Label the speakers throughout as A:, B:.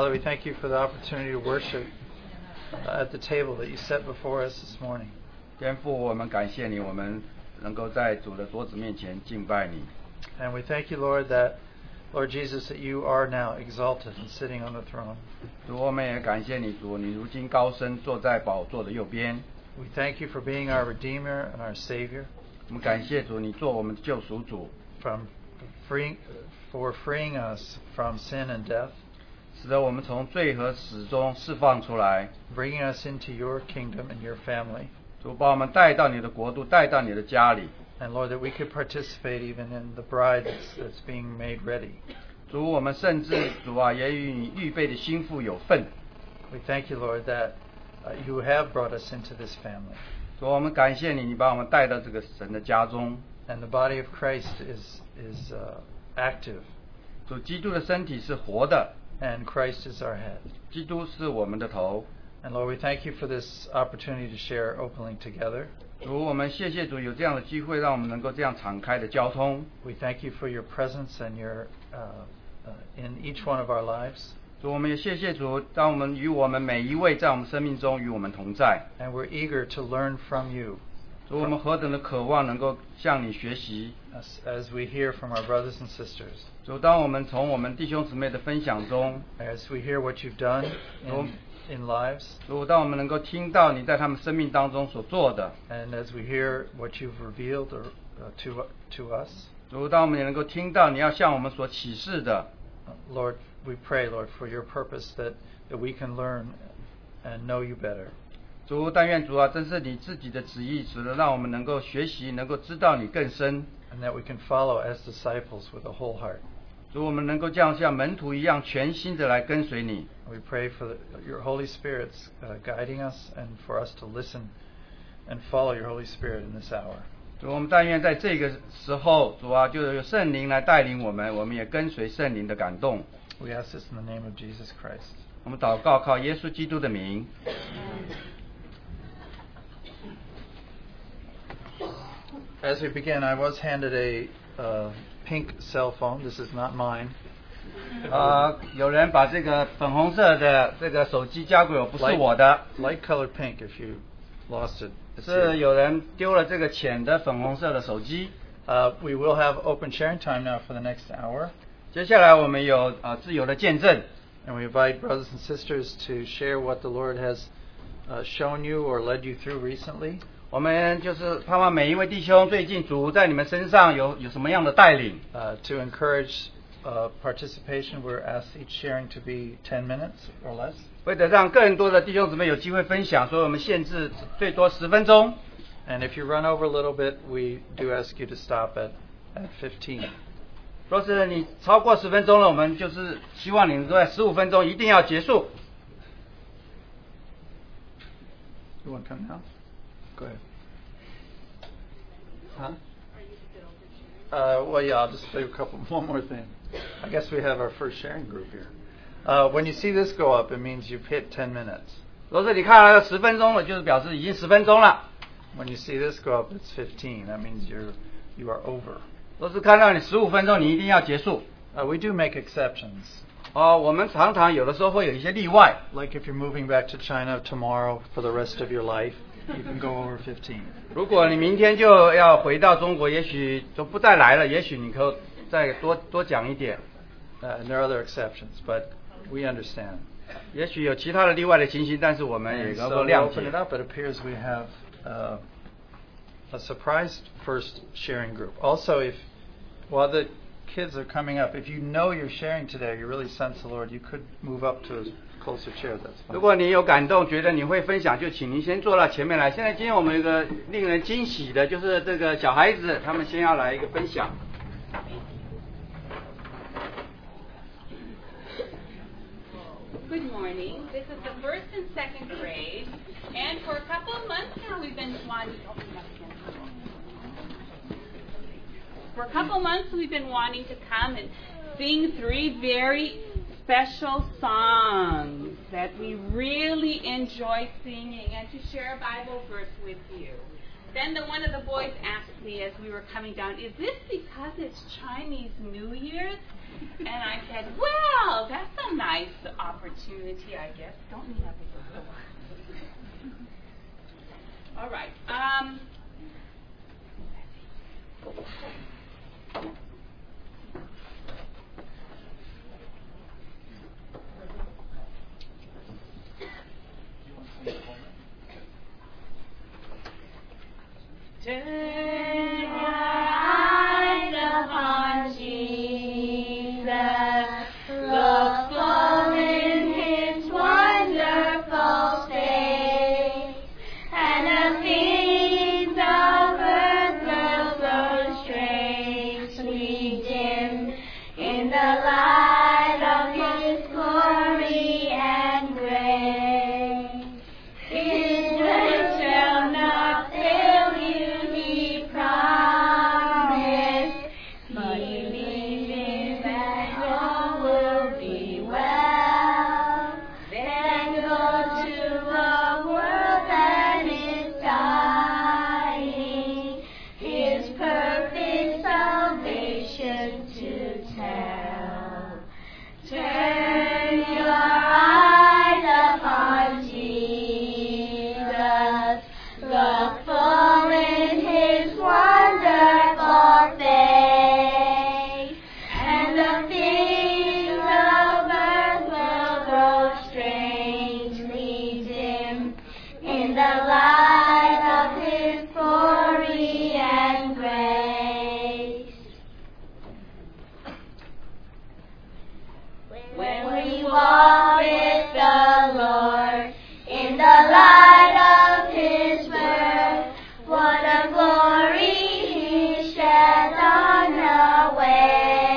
A: Father, we thank you for the opportunity to worship uh, at the table that you set before us this morning.
B: 天父，我们感谢你，我们能够在主的桌子面前敬拜你。
A: And we thank you, Lord, that, Lord Jesus, that you are now exalted and sitting on the throne.
B: 主，我们也感谢你，主，你如今高升坐在宝座的右边。
A: We thank you for being our Redeemer and our Savior,
B: 我们感谢主，你做我们的救赎主，
A: from freeing, for freeing us from sin and death,
B: 使得我们从罪和死中释放出来。
A: bringing us into your kingdom and your family.
B: 主，把我们带到你的国度，带到你的家里。
A: And Lord, that we could participate even in the bride that's, that's being made ready.
B: 主，我们甚至主啊，也与你预备的心腹有份。
A: We thank you, Lord, that uh, you have brought us into this family.
B: 主，我们感谢你，你把我们带到这个神的家中。
A: And the body of Christ is, is uh, active,
B: 主，基督的身体是活的，
A: and Christ is our head.
B: 基督是我们的头。
A: And Lord, we thank you for this opportunity to share openly together.
B: 主，我们谢谢主有这样的机会，让我们能够这样敞开的交通。
A: We thank you for your presence and your uh, uh, in each one of our lives.
B: 主，我们也谢谢主，让我们与我们每一位在我们生命中与我们同在。
A: And we're eager to learn from you
B: 主，我们何等的渴望能够向你学习。
A: as, as we hear from our brothers and sisters,
B: 主，当我们从我们弟兄姊妹的分享中，
A: as we hear what you've done in, in lives,
B: 主，当我们能够听到你在他们生命当中所做的，
A: and as we hear what you've revealed or, uh, to, to us.
B: 主，当我们也能够听到你要向我们所启示的，
A: Lord, we pray, Lord, for your purpose that, that we can learn and know you better.
B: 主，但愿主啊，真是你自己的旨意，使得让我们能够学习，能够知道你更深。
A: and that we can follow as disciples with a whole heart.
B: 主，我们能够这样像门徒一样，全心的来跟随你。
A: We pray for the, your Holy Spirit's uh, guiding us and for us to listen and follow your Holy Spirit in this hour.
B: 主，我们但愿在这个时候，主啊，就有圣灵来带领我们，我们也跟随圣灵的感动。
A: We ask this in the name of Jesus Christ.
B: 我们祷告，靠耶稣基督的名。
A: As we begin, I was handed a uh, pink cell phone. This is not mine.
B: 呃，有人把这个粉红色的这个手机交给我，不是我的，
A: light colored pink. If you lost it, it's
B: 是
A: here.
B: 有人丢了这个浅的粉红色的手机。
A: Uh, we will have open sharing time now for the next hour,
B: 接下来我们有呃自由的见证，
A: and we invite brothers and sisters to share what the Lord has uh, shown you or led you through recently.
B: 我们就是盼望每一位弟兄最近主在你们身上有有什么样的带领。
A: Uh, to encourage uh, participation, we're asked each sharing to be 10 minutes or less.
B: 为了让更多的弟兄姊妹有机会分享，所以我们限制最多十分钟。
A: And if you run over a little bit, we do ask you to stop at, at 15.
B: 若是你超过十分钟了，我们就是希望你能够在十五分钟一定要结束。
A: You want to come now? Go ahead. Huh? Uh, well, yeah, I'll just do a couple, one more thing. I guess we have our first sharing group here. Uh, when you see this go up, it means you've hit 10 minutes.
B: 若是你看了十分钟了，就是表示已经十分钟了。
A: When you see this go up, it's 15. That means you're, you are over.
B: 若是看到你十五分钟，你一定要结束。
A: Uh, we do make exceptions.
B: 哦，我们常常有的时候会有一些例外，
A: Like if you're moving back to China tomorrow for the rest of your life, you can go over 15.
B: 如果你明天就要回到中国，也许就不再来了，也许你可以再多多讲一点，
A: Uh, and there are other exceptions, but we understand.
B: 也许有其他的例外的情形，但是我们也
A: And
B: 能
A: so
B: 够
A: we
B: 谅
A: open it
B: 解。
A: up. It appears we have uh, a surprise first sharing group. Also, if while the kids are coming up, if you know you're sharing today, you really sense the Lord, you could move up to a closer chair. That's
B: 如
A: fine.
B: 果你有感动，觉得你会分享，就请您先坐到前面来。现在今天我们有一个令人惊喜的，就是这个小孩子，他们先要来一个分享。
C: Good morning. This is the first and second grade, and for a couple of months now, we've been wanting. For a couple months, we've been wanting to come and sing three very special songs that we really enjoy singing, and to share a Bible verse with you. Then the one of the boys asked me as we were coming down, "Is this because it's Chinese New Year's?" And I said, "Well, that's a nice opportunity, I guess. Don't mean everything." All right. Um,
D: Turn your eyes upon Jesus. Look full in his wonderful face, and the things of earth will grow strangely dim in the light of his glory and grace. His words shall not fail you, he promised. Believe in and all will be well. Then go to a world that is dying. His perfect salvation to tell. Turn your eyes upon Jesus. Look full in his wonderful face. And the things of earth will grow strangely dim in the light of his glory and grace. When we walk with the Lord in the light of His word, what a glory He sheds on our way.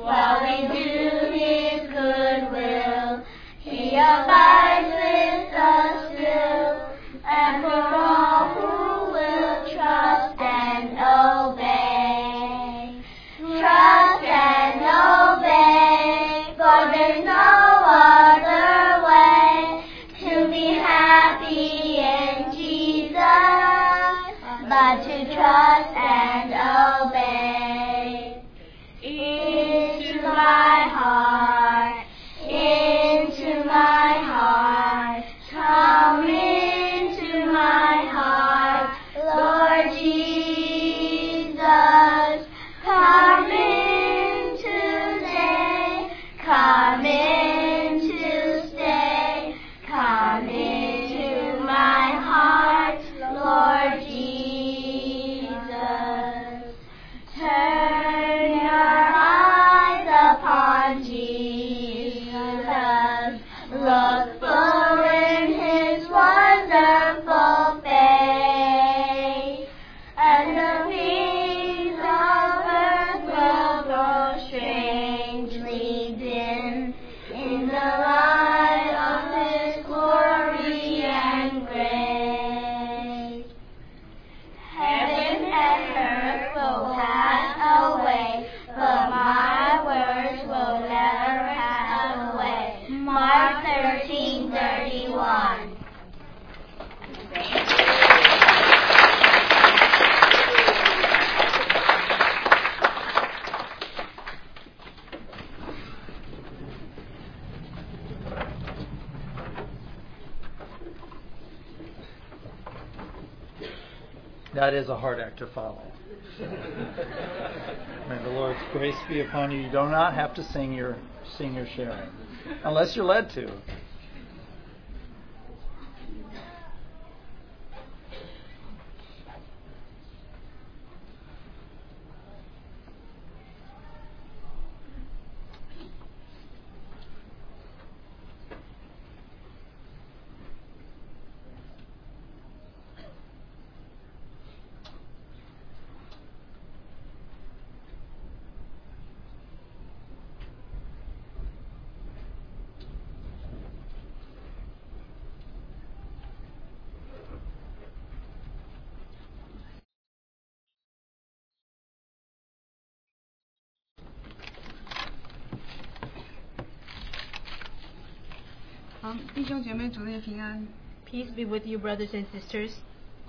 D: While we do His good will, He abides with us still, and for all who will trust and obey. Trust and obey, for there's no other way to be happy in Jesus but to trust and obey. Into my heart, into my heart, come into my heart, Lord Jesus. Come in today, come in to stay, come into my heart, Lord Jesus. Turn your eyes upon Jesus. Look full in his wonderful face. And the things of earth will grow strangely dim in the light of his glory and grace. Heaven and earth will pass away, but my words will never pass away. Mark 13:31.
A: That is a hard act to follow. May the Lord's grace be upon you. You do not have to sing your sing your sharing, unless you're led to.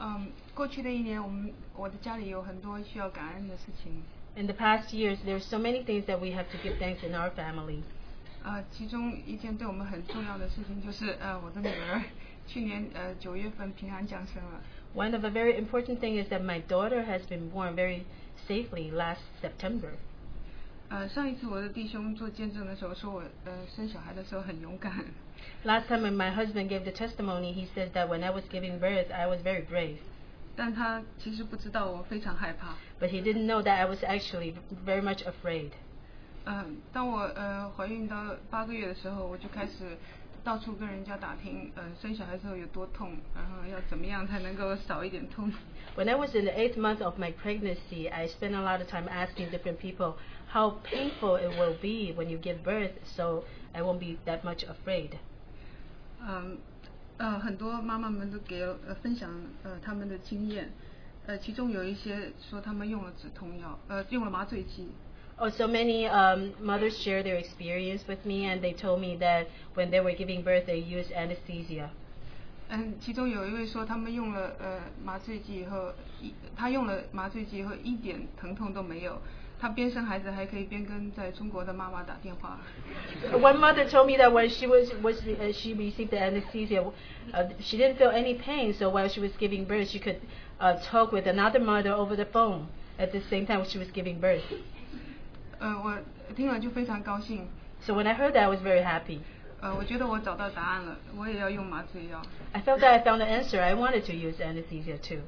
E: 嗯，过去的一年，我们我的家里有很多需要感恩的事情，
F: In the past years, there's so many things that we have to give thanks in our family.
E: 呃，其中一件对我们很重要的事情就是，呃，我的女儿去年呃九月份平安降生了，
F: One of the very important thing is that my daughter has been born very safely last September.
E: 呃，上一次我的弟兄做见证的时候说我呃生小孩的时候很勇敢，
F: Last time when my husband gave the testimony, he said that when I was giving birth, I was very brave.
E: 但他其实不知道我非常害怕。
F: But he didn't know that I was actually very much afraid.
E: 嗯、当我呃怀孕到八个月的时候，我就开始到处跟人家打听，呃，生小孩之后有多痛，然后要怎么样才能够少一点痛。
F: When I was in the eighth month of my pregnancy, I spent a lot of time asking different people how painful it will be when you give birth, so I won't be that much afraid.
E: 嗯，呃，很多妈妈们都给了呃分享呃他们的经验，呃，其中有一些说他们用了止痛药，呃，用了麻醉剂，
F: Oh, so many um, mothers share their experience with me, and they told me that when they were giving birth, they used anesthesia.
E: 嗯，其中有一位说他们用了呃麻醉剂以后，一他用了麻醉剂以后一点疼痛都没有，他边生孩子还可以边跟在中国的妈妈打电话。
F: One mother told me that when she was, was uh, she received the anesthesia, uh, she didn't feel any pain. So while she was giving birth, she could uh, talk with another mother over the phone at the same time she was giving birth.
E: 呃，我听了就非常高兴，
F: So when I heard that, I was very happy.
E: 呃，我觉得我找到答案了，我也要用麻醉药。
F: I felt that I found the answer. I wanted to use anesthesia too,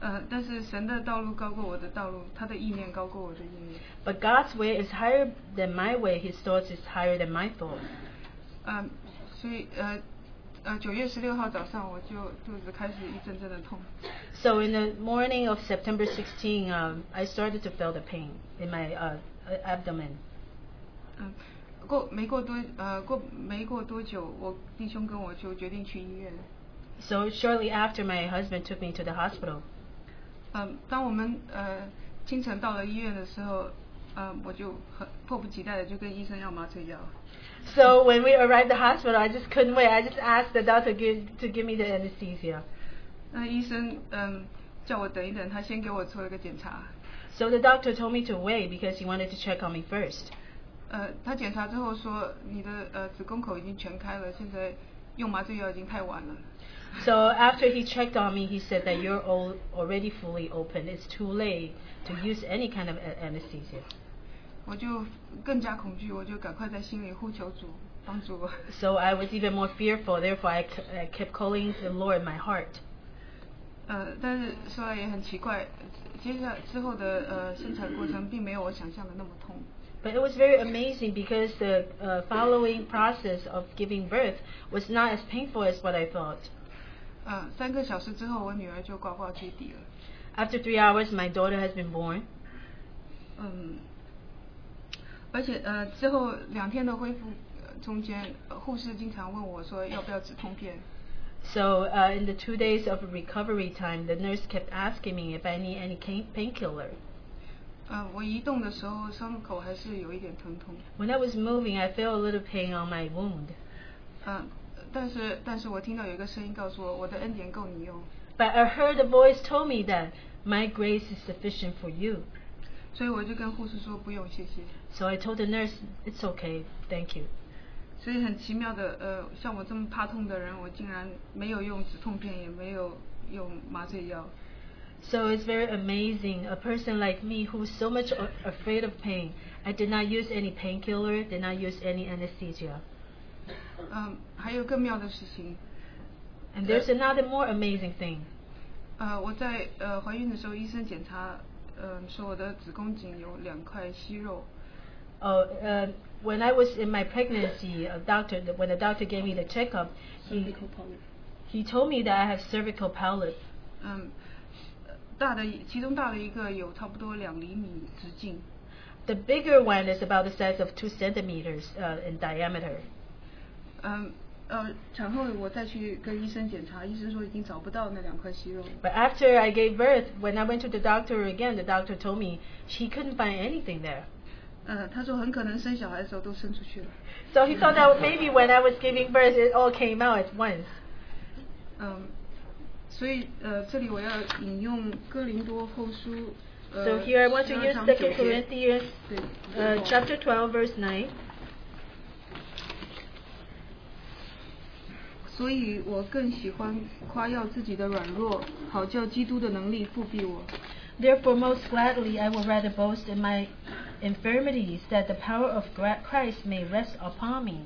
E: 呃，但是神的道路高过我的道路，他的意念高过我的意念。
F: but God's way is higher than my way. His thoughts is higher than my thoughts.
E: 嗯，所以呃呃，九月十六号早上我就肚子开始一阵阵的痛，
F: So in the morning of September 16, um, I started to feel the pain in my uh, abdomen.
E: 嗯，过没过多呃过没过多久，我弟兄跟我就决定去医院。
F: So shortly after, my husband took me to the hospital.
E: 嗯，当我们呃清晨到了医院的时候，呃，我就很迫不及待的就跟医生要麻醉药。
F: So when we arrived at the hospital, I just couldn't wait. I just asked the doctor give, to give me the anesthesia.
E: 那医生嗯叫我等一等，他先给我做了个检查。
F: So the doctor told me to wait because he wanted to check on me first.
E: 呃，他检查之后说你的呃子宫口已经全开了，现在用麻醉药已经太晚了。
F: So after he checked on me, he said that you're all already fully open. It's too late to use any kind of a- anesthesia.
E: 我就更加恐惧，我就赶快在心里呼求主帮助我。
F: So I was even more fearful. Therefore, I, c- I kept calling the Lord in my heart.
E: 呃，但是说来也很奇怪，呃接下之后的呃生产过程并没有我想象的那么痛。
F: But it was very amazing because the uh, following process of giving birth was not as painful as what I thought.
E: 呃，Uh, 三个小时之后，我女儿就呱呱坠地了。
F: After three hours, my daughter has been born.
E: 嗯，而且呃之后两天的恢复呃中间，呃护士经常问我说要不要止痛片。
F: So uh, in the two days of recovery time, the nurse kept asking me if I need any pain- painkiller.
E: 呃，我移动的时候伤口还是有一点疼痛。
F: When I was moving, I felt a little pain on my wound.
E: 嗯、但是但是我听到有一个声音告诉我，我的恩典够你用。
F: But I heard a voice told me that my grace is sufficient for you.
E: 所以我就跟护士说不用，谢谢。
F: So I told the nurse, it's okay, thank you.
E: 所以很奇妙的，呃，像我这么怕痛的人，我竟然没有用止痛片，也没有用麻醉药。
F: So it's very amazing. A person like me who's so much a- afraid of pain, I did not use any painkiller, did not use any anesthesia.
E: 嗯，还有更妙的事情，
F: And there's another more amazing thing.
E: 呃，我在呃怀孕的时候，医生检查，嗯、说我的子宫颈有两块息肉，
F: Oh, uh, when I was in my pregnancy, a doctor, when the doctor gave me the checkup, he, he told me that I have cervical polyp.
E: 嗯，呃 Um, 大的其中大的一个有差不多两厘米直径，
F: The bigger one is about the size of two centimeters uh, in diameter.
E: 嗯。呃，产后我再去跟医生检查，医生说已经找不到那两块息肉了。
F: But after I gave birth, when I went to the doctor again, the doctor told me she couldn't find anything there.
E: 呃，Uh, 他说很可能生小孩的时候都生出去了。
F: So he thought that maybe when I was giving birth, it all came out at once.
E: 嗯，所以呃，这里我要引用哥林多后书呃
F: So here I want to
E: 12
F: use
E: 章九节，
F: Second Corinthians
E: 对
F: uh, chapter 12, verse 9.
E: 所以我更喜欢夸耀自己的软弱，好叫基督的能力复辟我。
F: Therefore, most gladly I will rather boast in my infirmities, that the power of gra- Christ may rest upon me.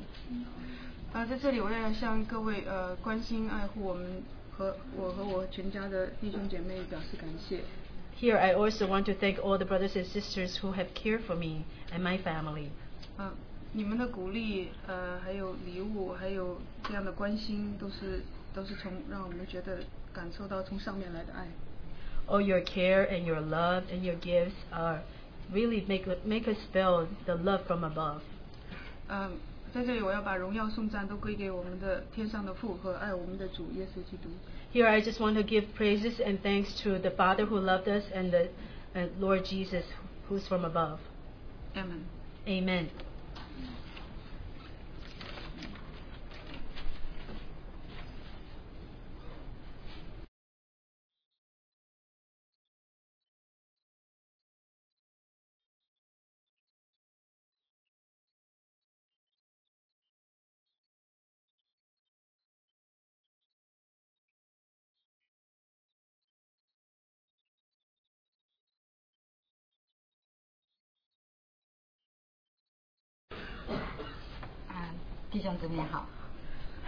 E: 啊，在这里我也要向各位呃关心爱护我们和我和我全家的弟兄姐妹表示感谢。
F: Here, I also want to thank all the brothers and sisters who have cared for me and my family.
E: 啊，你们的鼓励，呃，还有礼物，还有这样的关心，都是都是从让我们觉得感受到从上面来的爱。
F: All your care and your love and your gifts are really make make us feel the love from above.
E: 嗯，在这里我要把荣耀颂赞都归给我们的天上的父和爱我们的主耶稣基督。
F: Here, I just want to give praises and thanks to the Father who loved us and the and Lord Jesus, who's from above.
E: Amen。
F: Amen.
G: 啊，弟兄姊妹好，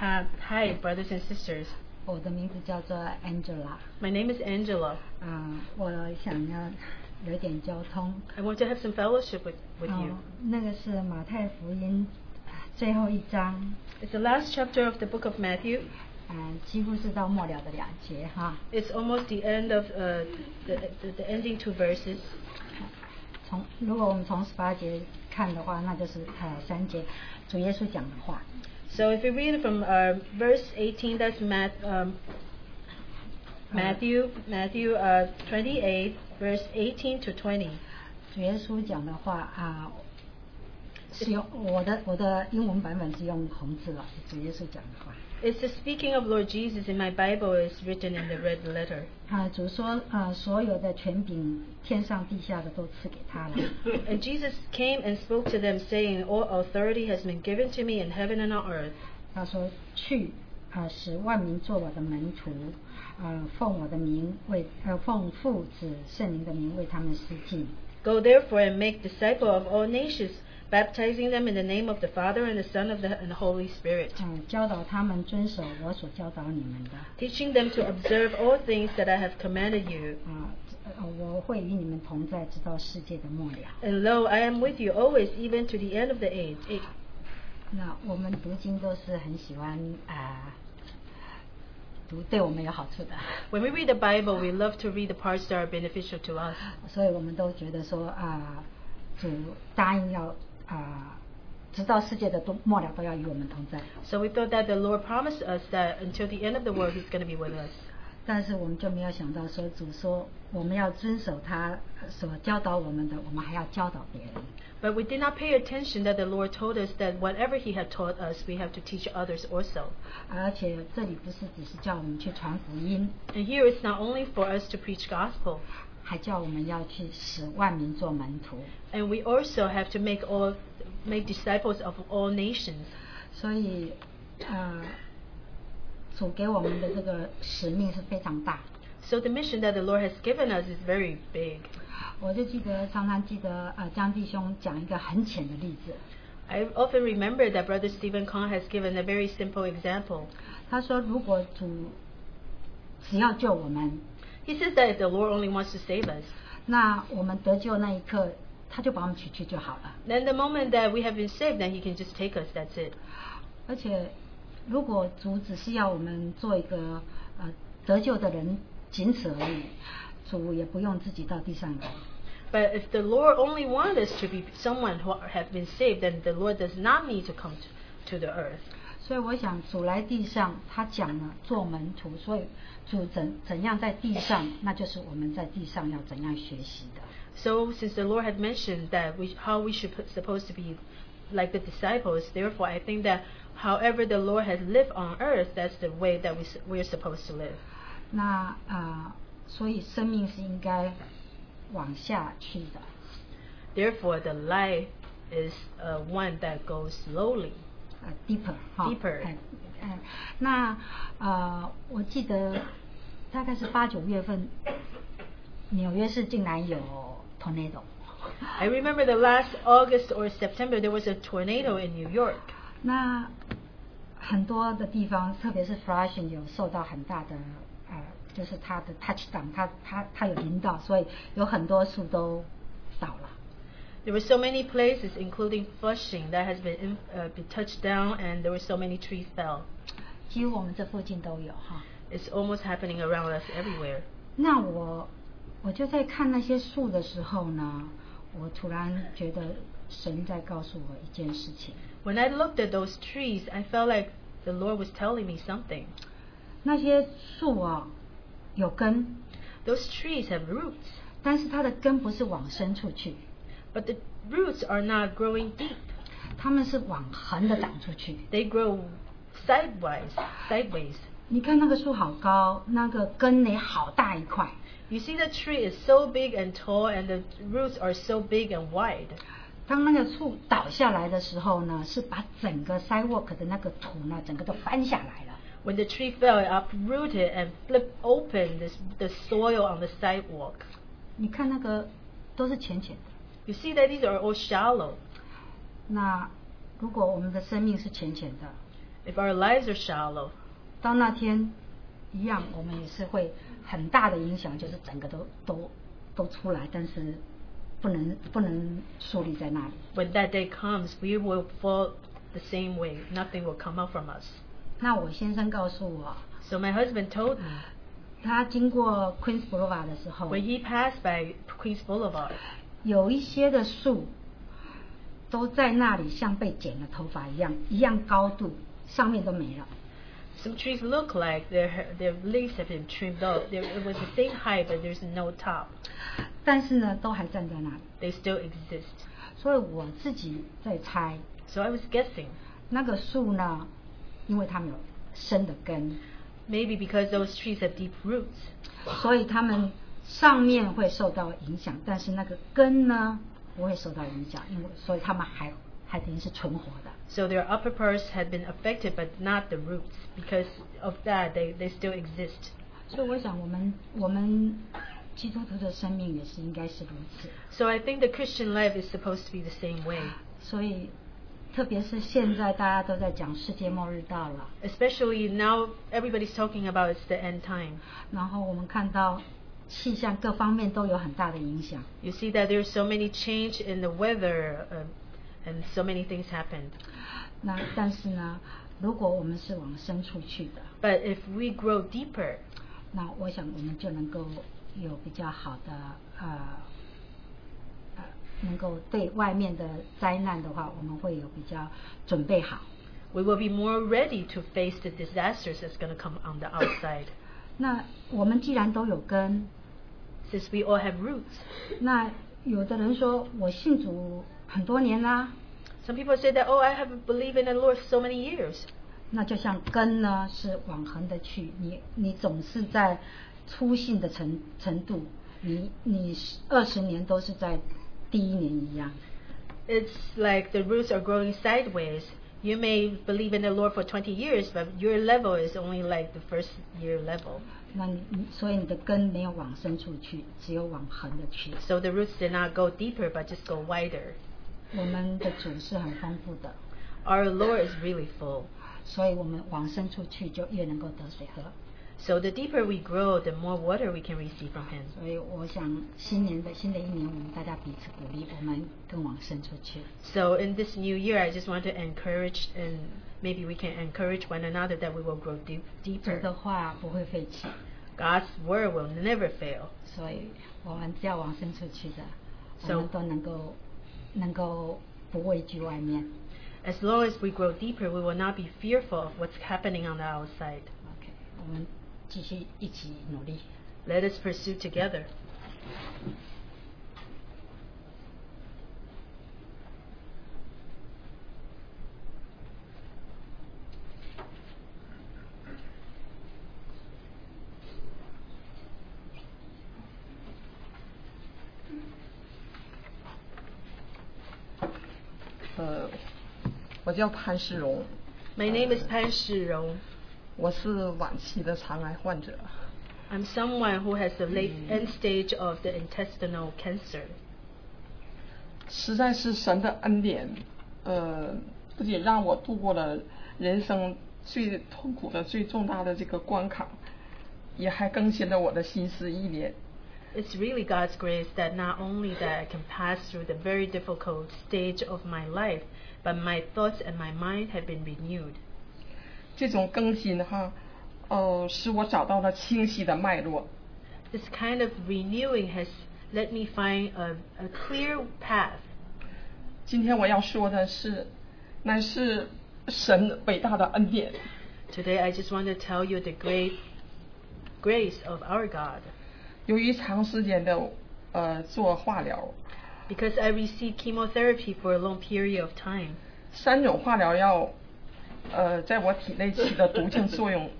F: Uh, hi, brothers and sisters.
G: 我的名字叫做 Angela。
F: My name is Angela.
G: 嗯，我想要有点交通。Oh。
F: I want to have some fellowship with, with
G: 哦
F: you.
G: 那个是马太福音啊最后一章，
F: It's the last chapter of the book of Matthew.
G: 嗯，几乎是到末了的两节哈。
F: It's almost the end of uh, the, the, the ending two verses.
G: 从如果我们从十八节看的话，那就是呃三节主耶稣讲的话。
F: So if you read from uh, verse 18, that's Matt, um,
G: Uh。
F: Matthew, Matthew uh, 28, verse 18 to 20.
G: 主耶稣讲的话啊、是用我的我的英文版本是用红字了。主耶稣讲的话
F: It's the speaking of Lord Jesus in my Bible is written in the red letter.
G: 啊、主说啊、所有的权柄天上地下的都赐给他了。
F: And Jesus came and spoke to them, saying, All authority has been given to me in heaven and on earth.
G: 他说去啊、使万民做我的门徒，呃奉我的名为呃奉父子圣灵的名为他们施浸。
F: Go therefore and make disciples of all nations, baptizing them in the name of the Father and the Son of the, and the Holy Spirit,
G: 嗯、Uh, 教导他们遵守我所教导你们的。
F: teaching them to observe all things that I have commanded you.
G: 啊、呃我会与你们同在，直到世界的末了。
F: And lo, I am with you always, even to the end of the age. It-
G: 那我们读经都是很喜欢啊、读对我们有好处的，
F: When we read the Bible, we love to read the parts that are beneficial to us.
G: 所以我们都觉得说啊、主答应要啊、直到世界的都末了都要与我们同在。
F: So we thought that the Lord promised us that until the end of the world, He's going to be with us.
G: 但是我们就没有想到说，主说我们要遵守他所教导我们的，我们还要教导别人。
F: But we did not pay attention that the Lord told us that whatever He had taught us, we have to teach others also.
G: 而且这里不是只是叫我们去传福音，
F: And here it's not only for us to preach gospel,
G: 还叫我们要去使万民做门徒。
F: and we also have to make all make disciples of all nations.
G: 所以，呃，主给我们的这个使命是非常大。
F: So the mission that the Lord has given us is very big.
G: 我就记得常常记得呃江弟兄讲一个很浅的例子，
F: I often remember that Brother Stephen Kong has given a very simple example.
G: 他说如果主只要救我们，
F: He says that if the Lord only wants to save us,
G: 那我们得救那一刻他就把我们取去就好了。
F: then the moment that we have been saved, then He can just take us. That's it.
G: 而且如果主只是要我们做一个呃得救的人，仅此而已，主也不用自己到地上来。
F: But if the Lord only wants us to be someone who have been saved, then the Lord does not need to come to, to the earth.
G: 所以我想，主来地上，他讲了做门徒，所以主怎怎样在地上，那就是我们在地上要怎样学习的。
F: So since the Lord had mentioned that we how we should put- supposed to be like the disciples, therefore I think that however the Lord has lived on earth, that's the way that we s- we're supposed to live.
G: 那啊、呃所以生命是应该往下去的。
F: Therefore, the life is uh, one that goes slowly.
G: 呃，deeper Uh, 哈
F: Deeper
G: 哎哎，那呃，我记得大概是八九月份，纽约市竟然有 tornado，
F: I remember the last August or September, there was a tornado in New York.
G: 那很多的地方，特别是 Flushing 有受到很大的呃，就是它的 touchdown，它它它有引导，所以有很多树都倒了。
F: There were so many places, including Flushing, that has been, in, uh, been touched down, and there were so many trees fell.
G: 几乎我们这附近都有哈。
F: It's almost happening around us everywhere.
G: 那我我就在看那些树的时候呢，我突然觉得神在告诉我一件事情：
F: When I looked at those trees, I felt like the Lord was telling me something.
G: 那些树啊、有根，
F: Those trees have roots,
G: 但是它的根不是往深处去，
F: but the roots are not growing deep.
G: 它们是往横的长出去。
F: They grow sideways, sideways.
G: 你看那个树好高，那个根呢好大一块，
F: You see the tree is so big and tall and the roots are so big and wide.
G: 当那个树倒下来的时候呢，是把整个 sidewalk 的那个土呢，整个都翻下来了。
F: When the tree fell, it uprooted and flipped open this, the soil on the sidewalk.
G: 你看那个都是浅浅的。
F: You see that these are all shallow.
G: 那如果我们的生命是浅浅的，
F: If our lives are shallow,
G: 到那天一样，我们也是会很大的影响，就是整个都都都出来，但是不能不能树立在那里。
F: when that day comes, we will fall the same way. Nothing will come out from us.
G: 那我先生告诉我，
F: So my husband told me
G: Mm. 他经过 Queens Boulevard 的时候，
F: when he passed by Queens Boulevard,
G: 有一些的树都在那里像被剪了头发一样，一样高度，上面都没了。
F: some trees look like their their leaves have been trimmed off. There, it was the same height, but there's no top.
G: 但是呢，都还站在那里。
F: They still exist.
G: 所以我自己在猜，
F: So I was guessing
G: 那个树呢，因为它们有深的根，
F: maybe because those trees have deep roots,
G: 所以它们上面会受到影响，但是那个根呢不会受到影响，因为所以它们还还等于是存活的。
F: so their upper parts had been affected, but not the roots. Because of that, they, they still exist.
G: 所以我想，我们我们基督徒的生命也是应该是如此。
F: So I think the Christian life is supposed to be the same way,
G: 所以，特别是现在大家都在讲世界末日到了，
F: especially now everybody's talking about it's the end time.
G: 然后我们看到气象各方面都有很大的影响。
F: You see that there's so many change in the weather, uh, and so many things happened.
G: 那但是呢，如果我们是往深处去的，
F: But if we grow deeper,
G: 那我想我们就能够有比较好的呃呃，能够对外面的灾难的话，我们会有比较准备好。
F: we will be more ready to face the disasters that's going to come on the outside.
G: 那我们既然都有根，
F: Since we all have roots,
G: 那有的人说我信主很多年啦、
F: some people say that, oh, I have believed in the Lord so many years.
G: 那就像根呢是往横的去，你你总是在粗信的程程度，你你二十年都是在第一年一样。
F: It's like the roots are growing sideways. You may believe in the Lord for 20 years, but your level is only like the first year level.
G: 那你你所以你的根没有往深处去，只有往横的去。
F: So the roots did not go deeper, but just go wider.
G: 我们的主是很丰富的，
F: Our Lord is really full.
G: 所以我们往深处去就越能够得水喝。
F: So the deeper we grow, the more water we can receive from Him.
G: 所以我想新年的新的一年，我们大家彼此鼓励，我们更往深处去。
F: So in this new year, I just want to encourage, and maybe we can encourage one another that we will grow deep,
G: 主的
F: deeper.
G: 话不会废弃，
F: God's word will never fail.
G: 所以我们只要往深处去的，我
F: So-
G: 们都能够能够不畏惧外面。
F: As long as we grow deeper, we will not be fearful of what's happening on the outside.
G: OK，我们继续一起努力。
F: Let us pursue together.
H: 呃，我叫潘世荣，
F: My name is Pan Shirong.
H: 我是晚期的肠癌患者。嗯
F: I'm someone who has the late end stage of the intestinal cancer.
H: 实在是神的恩典，呃，不仅让我度过了人生最痛苦的、最重大的这个关卡，也还更新了我的心思意念。
F: It's really God's grace that not only that I can pass through the very difficult stage of my life, but my thoughts and my mind have been renewed.
H: 这种更新哈，哦、使我找到了清晰的脉络。
F: This kind of renewing has let me find a, a clear path.
H: 今天我要说的是，乃是神伟大的恩典。
F: Today I just want to tell you the great grace of our God.
H: 由于长时间的呃做化疗，
F: Because I received chemotherapy for a long period of time.
H: 三种化疗药，呃，在我体内起的毒性作 用，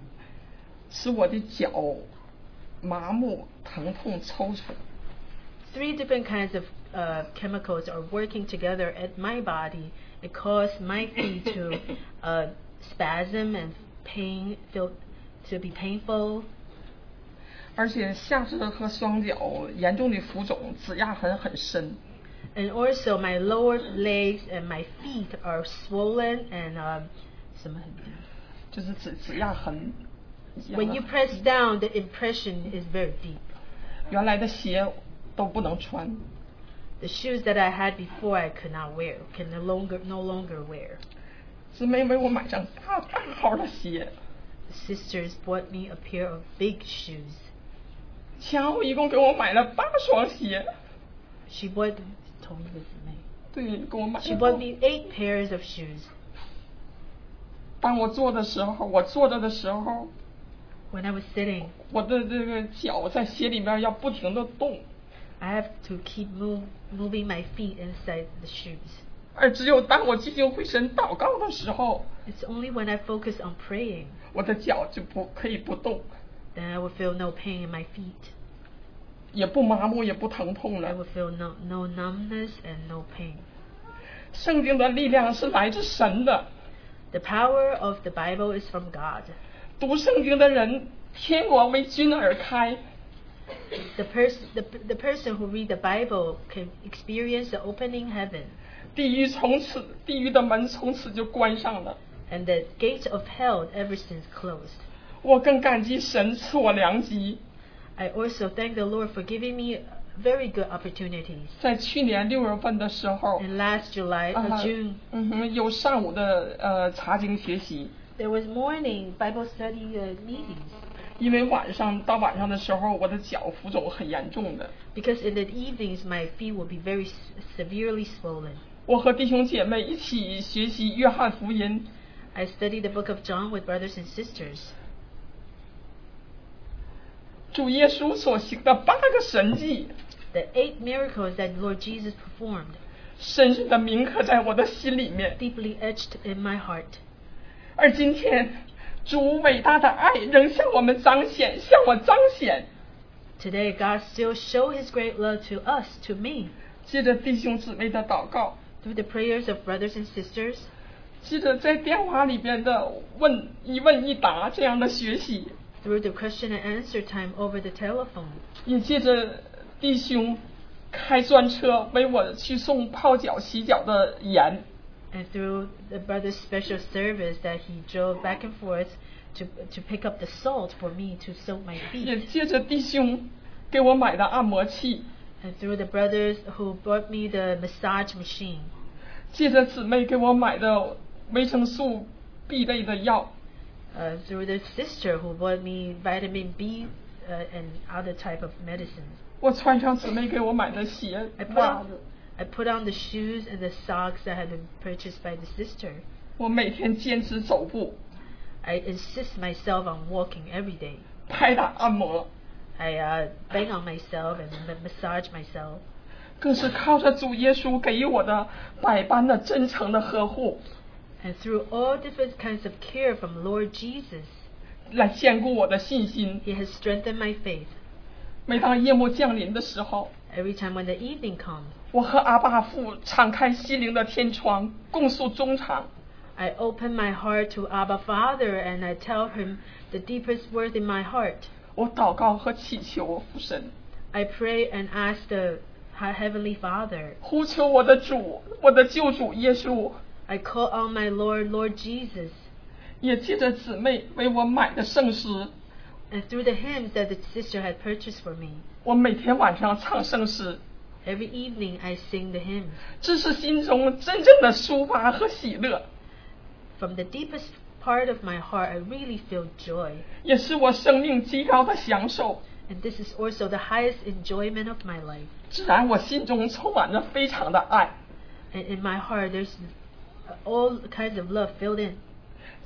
H: 使我的脚麻木、疼痛、抽搐。
F: Three different kinds of uh, chemicals are working together at my body. It caused my feet to uh, spasm and pain, feel, to be painful.
H: 而且下肢和双脚严重的浮肿，指压痕很深。
F: And also, my lower legs and my feet are swollen and um, 什么?
H: 就是指指压痕。
F: when you press down, the impression is very deep.
H: 原来的鞋都不能穿，
F: The shoes that I had before I could not wear, can no longer no longer wear.
H: 姊妹为我买上大大号的鞋，
F: Sisters bought me a pair of big shoes.
H: 前后一共给我买了八双鞋。
F: She bought 同一个姊妹。
H: 对，给我买
F: She
H: 了
F: bought me eight pairs of shoes.
H: 当我坐的时候，我坐着的时候，
F: When I was sitting,
H: 我的这个脚在鞋里面要不停的动，
F: I have to keep move, moving my feet inside the shoes.
H: 而只有当我聚精会神祷告的时候，
F: It's only when I focus on praying
H: 我的脚就不可以不动，
F: that I will feel no pain in my feet.
H: 也不麻木，也不疼痛
F: I
H: 了
F: will。feel no, no numbness and no pain.
H: 圣经的力量是来自神的，
F: The power of the Bible is from God.
H: 读圣经的人，天国为君而开。
F: The, pers- the, the person who read the Bible can experience the opening heaven,
H: 地狱从此，地狱的门从此就关上了。
F: and the gates of hell ever since closed.
H: 我更感激神赐我良机，
F: I also thank the Lord for giving me very good opportunities.
H: 在去年六月份的时候，
F: And last July
H: 啊
F: or June,
H: 嗯哼，有上午的呃查经学习，
F: there was morning Bible study uh, meetings
H: 因为晚上到晚上的时候，我的脚浮肿很严重的。
F: because in the evenings my feet would be very s- severely swollen.
H: 我和弟兄姐妹一起学习约翰福音，
F: I studied the book of John with brothers and sisters.
H: 主耶稣所行的八个神迹，
F: The eight miracles that Lord Jesus performed
H: 深深的铭刻在我的心里面。
F: deeply etched in my heart.
H: 而今天，主伟大的爱仍向我们彰显，向我彰显，
F: Today God still showed his great love to us, to me,
H: 借着弟兄姊妹的祷告，
F: through the prayers of brothers and sisters,
H: 借着在电话里边的问一问一答这样的学习，
F: through the question and answer time over the telephone.
H: 也借着弟兄开专车为我去送泡脚、洗脚的盐。
F: and through the brother's special service that he drove back and forth to to pick up the salt for me to soak my
H: 也
F: feet,
H: 借着弟兄给我买的按摩器，
F: and through the brothers who brought me the massage machine,
H: 借着姊妹给我买的维生素 B 类的药，
F: uh, through the sister who brought me vitamin B uh, and other type of medicines.
H: 我穿上姊妹给我买的鞋
F: I、put
H: 袜
F: on
H: 子，
F: I put on the shoes and the socks that had been purchased by the sister.
H: 我每天坚持走步、
F: I insist myself on walking every day.
H: 拍打按摩，
F: I uh, bang on myself and ma- massage myself.
H: 更是靠着主耶稣给予我的百般的真诚的呵护，
F: and through all different kinds of care from Lord Jesus,
H: 来坚固我的信心。
F: He has strengthened my faith.
H: 每当夜幕降临的时候，
F: every time when the evening comes.
H: 我和阿爸父敞开心灵的天窗，共诉衷肠。
F: I open my heart to Abba Father and I tell him the deepest words in my heart.
H: 我祷告和祈求父神，
F: I pray and ask the Hi- Heavenly Father.
H: 呼求我的主，我的救主耶稣，
F: I call on my Lord, Lord Jesus.
H: 也借着姊妹为我买的圣诗，
F: And through the hymns that the sister had purchased for me,
H: 我每天晚上唱圣诗，
F: every evening I sing the hymns.
H: 这是心中真正的抒发和喜乐，
F: From the deepest part of my heart, I really feel joy.
H: 也是我生命极高的享受。
F: And this is also the highest enjoyment of my life.
H: 自然，我心中充满着非常的爱，
F: And in my heart, there's all kinds of love filled in.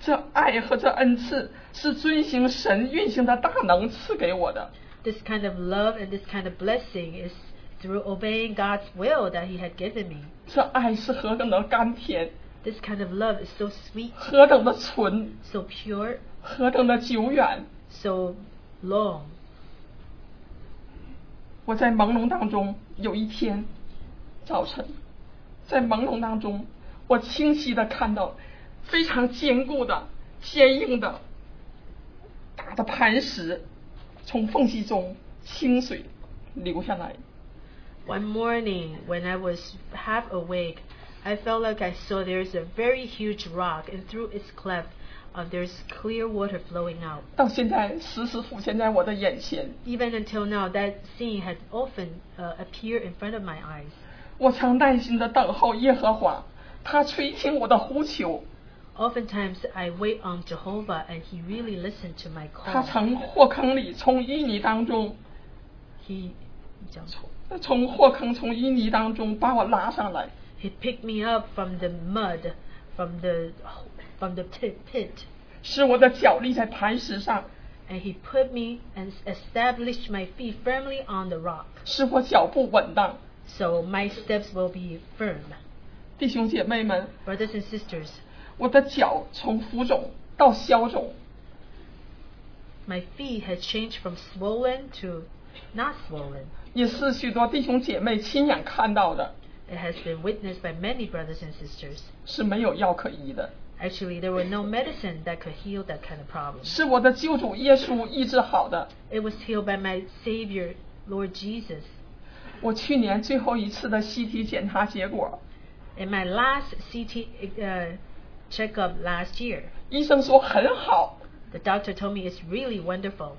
H: 这爱和这恩赐是遵行神运行的大能赐给我的。
F: This kind of love and this kind of blessing is through obeying God's will that He had given me.
H: 这爱是何等的甘甜，
F: This kind of love is so sweet,
H: 何等的纯，
F: so pure,
H: 何等的久远。
F: so long.
H: 我在朦胧当中，有一天早晨，在朦胧当中，我清晰的看到非常坚固的、坚硬的大的磐石从缝隙中清水流下来。
F: One morning, when I was half awake, I felt like I saw there's a very huge rock, and through its cleft, uh, there's clear water flowing out.
H: 到现在时时浮现在我的眼前，
F: Even until now, that scene had often uh, appeared in front of my eyes.
H: 我常耐心的等候耶和华，他垂听我的呼求，
F: Oftentimes, I wait on Jehovah, and He really listened to my
H: 他
F: call.
H: 从祸坑里，从淤泥当中，
F: He, 你讲错。
H: 从祸坑，从淤泥当中把我拉上来。
F: He picked me up from the mud, from the from the pit, pit,
H: 使我的脚立在磐石上，
F: and he put me and established my feet firmly on the rock,
H: 使我脚步稳当。
F: so my steps will be firm.
H: 弟兄姐妹们，
F: Brothers and sisters,
H: 我的脚从浮肿到消肿，
F: my feet had changed from swollen to not swollen.
H: 也是许多弟兄姐妹亲眼看到的，
F: It has been witnessed by many brothers and sisters.
H: 是没有药可医的，
F: Actually, there were no medicine that could heal that kind of problem.
H: 是我的救主耶稣医治好的。
F: It was healed by my Savior, Lord Jesus.
H: 我去年最后一次的 CT 检查结果，
F: In my last CT uh, checkup last year,
H: 医生说很好，
F: the doctor told me it's really wonderful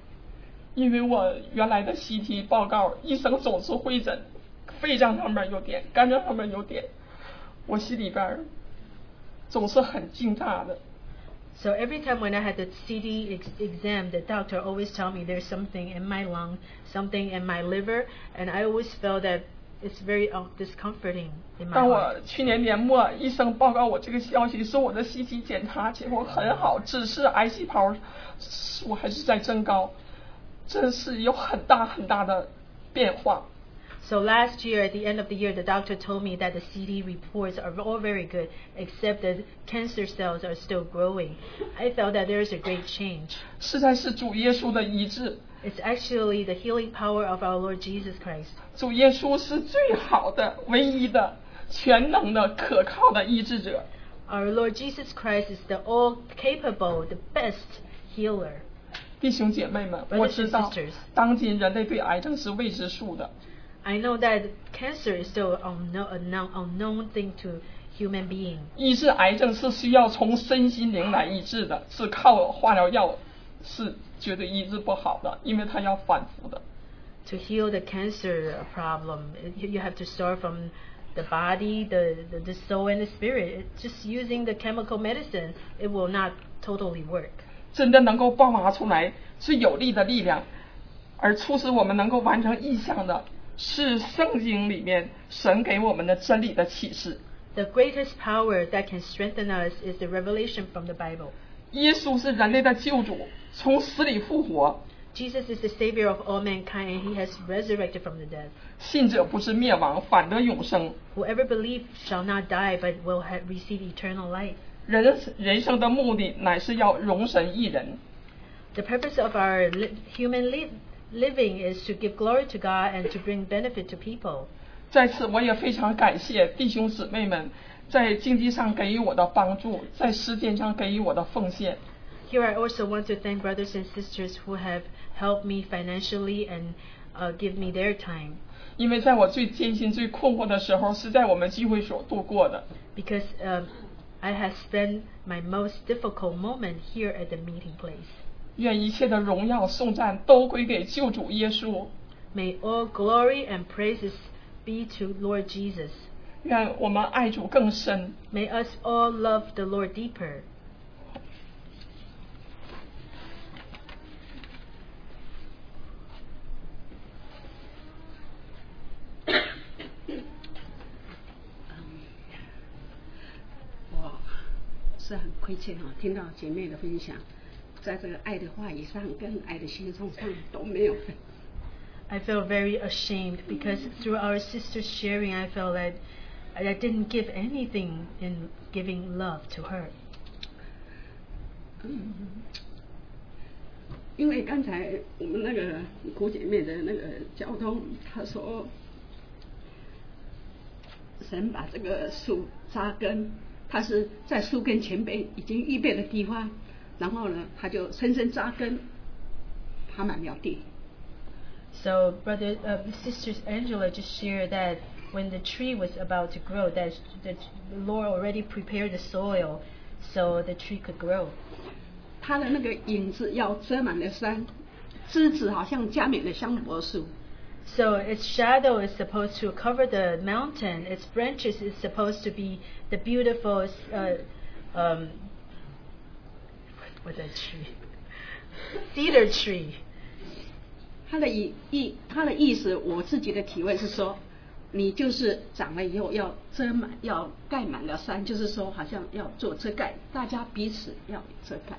H: 因为我原来的 CT 报告，医生总是会诊，肺脏上面有点，肝脏上面有点，我心里边儿总是很惊诧的。
F: So every time when I had the CD ex- exam, the doctor always told me there's something in my lung, something in my liver, and I always felt that it's very uh, discomforting in my
H: 当我
F: heart.
H: 去年年末医生报告我这个消息，说我的 CT 检查结果很好，只是癌细胞我还是在增高，真是有很大很大的变化。
F: So last year, at the end of the year, the doctor told me that the CD reports are all very good, except that cancer cells are still growing. I felt that there is a great change.
H: 实在是主耶稣的医治，
F: It's actually the healing power of our Lord Jesus Christ.
H: 主耶稣是最好的、唯一的、全能的、可靠的医治者。
F: Our Lord Jesus Christ is the all capable, the best healer.
H: 弟兄姐妹们，
F: Brothers
H: 我知道
F: and sisters
H: 当今人类对癌症是未知数的，
F: I know that cancer is still unknown, unknown, unknown thing to human being.
H: 医治癌症是需要从身心灵来医治的，是靠化疗药是绝对医治不好的，因为它要反复的。
F: To heal the cancer problem, it- you you have to start from the body, the, the, the soul, and the spirit. It- Just using the chemical medicine, it will not totally work.
H: 真的能够爆发出来最有力的力量，而促使我们能够完成意向的，是圣经里面神给我们的真理的启示。
F: The greatest power that can strengthen us is the revelation from the Bible.
H: 耶稣是人类的救主，从死里复活，
F: Jesus is the Savior of all mankind, and He has resurrected from the dead.
H: 信者不是灭亡，反得永生。
F: Whoever believes shall not die, but will ha- receive eternal life.
H: 人人生的目的乃是要容神一人。
F: The purpose of our li- human li- living is to give glory to God and to bring benefit to people.
H: 在此，我也非常感谢弟兄姊妹们在经济上给予我的帮助，在时间上给予我的奉献。
F: Here, I also want to thank brothers and sisters who have helped me financially and uh, give me their time.
H: 因为在我最艰辛、最困惑的时候，是在我们聚会所度过的。
F: because um, I have spent my most difficult moment here at the meeting place.
H: 愿一切的荣耀、颂赞都归给救主耶稣。
F: May all glory and praises be to Lord Jesus.
H: 愿我们爱主更深。
F: May us all love the Lord deeper.
I: 我是很亏欠哈、听到姐妹的分享，在这个爱的话语上跟爱的行动上都没有分。
F: I feel very ashamed because through our sister's sharing, I felt that I didn't give anything in giving love to her.
I: 嗯，因为刚才我们那个古姐妹的那个交通，她说神把这个树扎根，它是在树根前边已经预备的地方，然后呢，它就深深扎根，爬满了地。
F: So, brother, uh, sisters Angela just shared that when the tree was about to grow, that the the Lord already prepared the soil so the tree could grow.
I: 它的那个影子要遮满了山，枝子好像加冕了香柏树。
F: So its shadow is supposed to cover the mountain. Its branches is supposed to be the beautiful, uh, um, what, what that tree? Cedar tree.
I: 它的意意，它的意思，我自己的体会是说，你就是长了以后要遮满，要盖满了山，就是说好像要做遮盖，大家彼此要遮盖。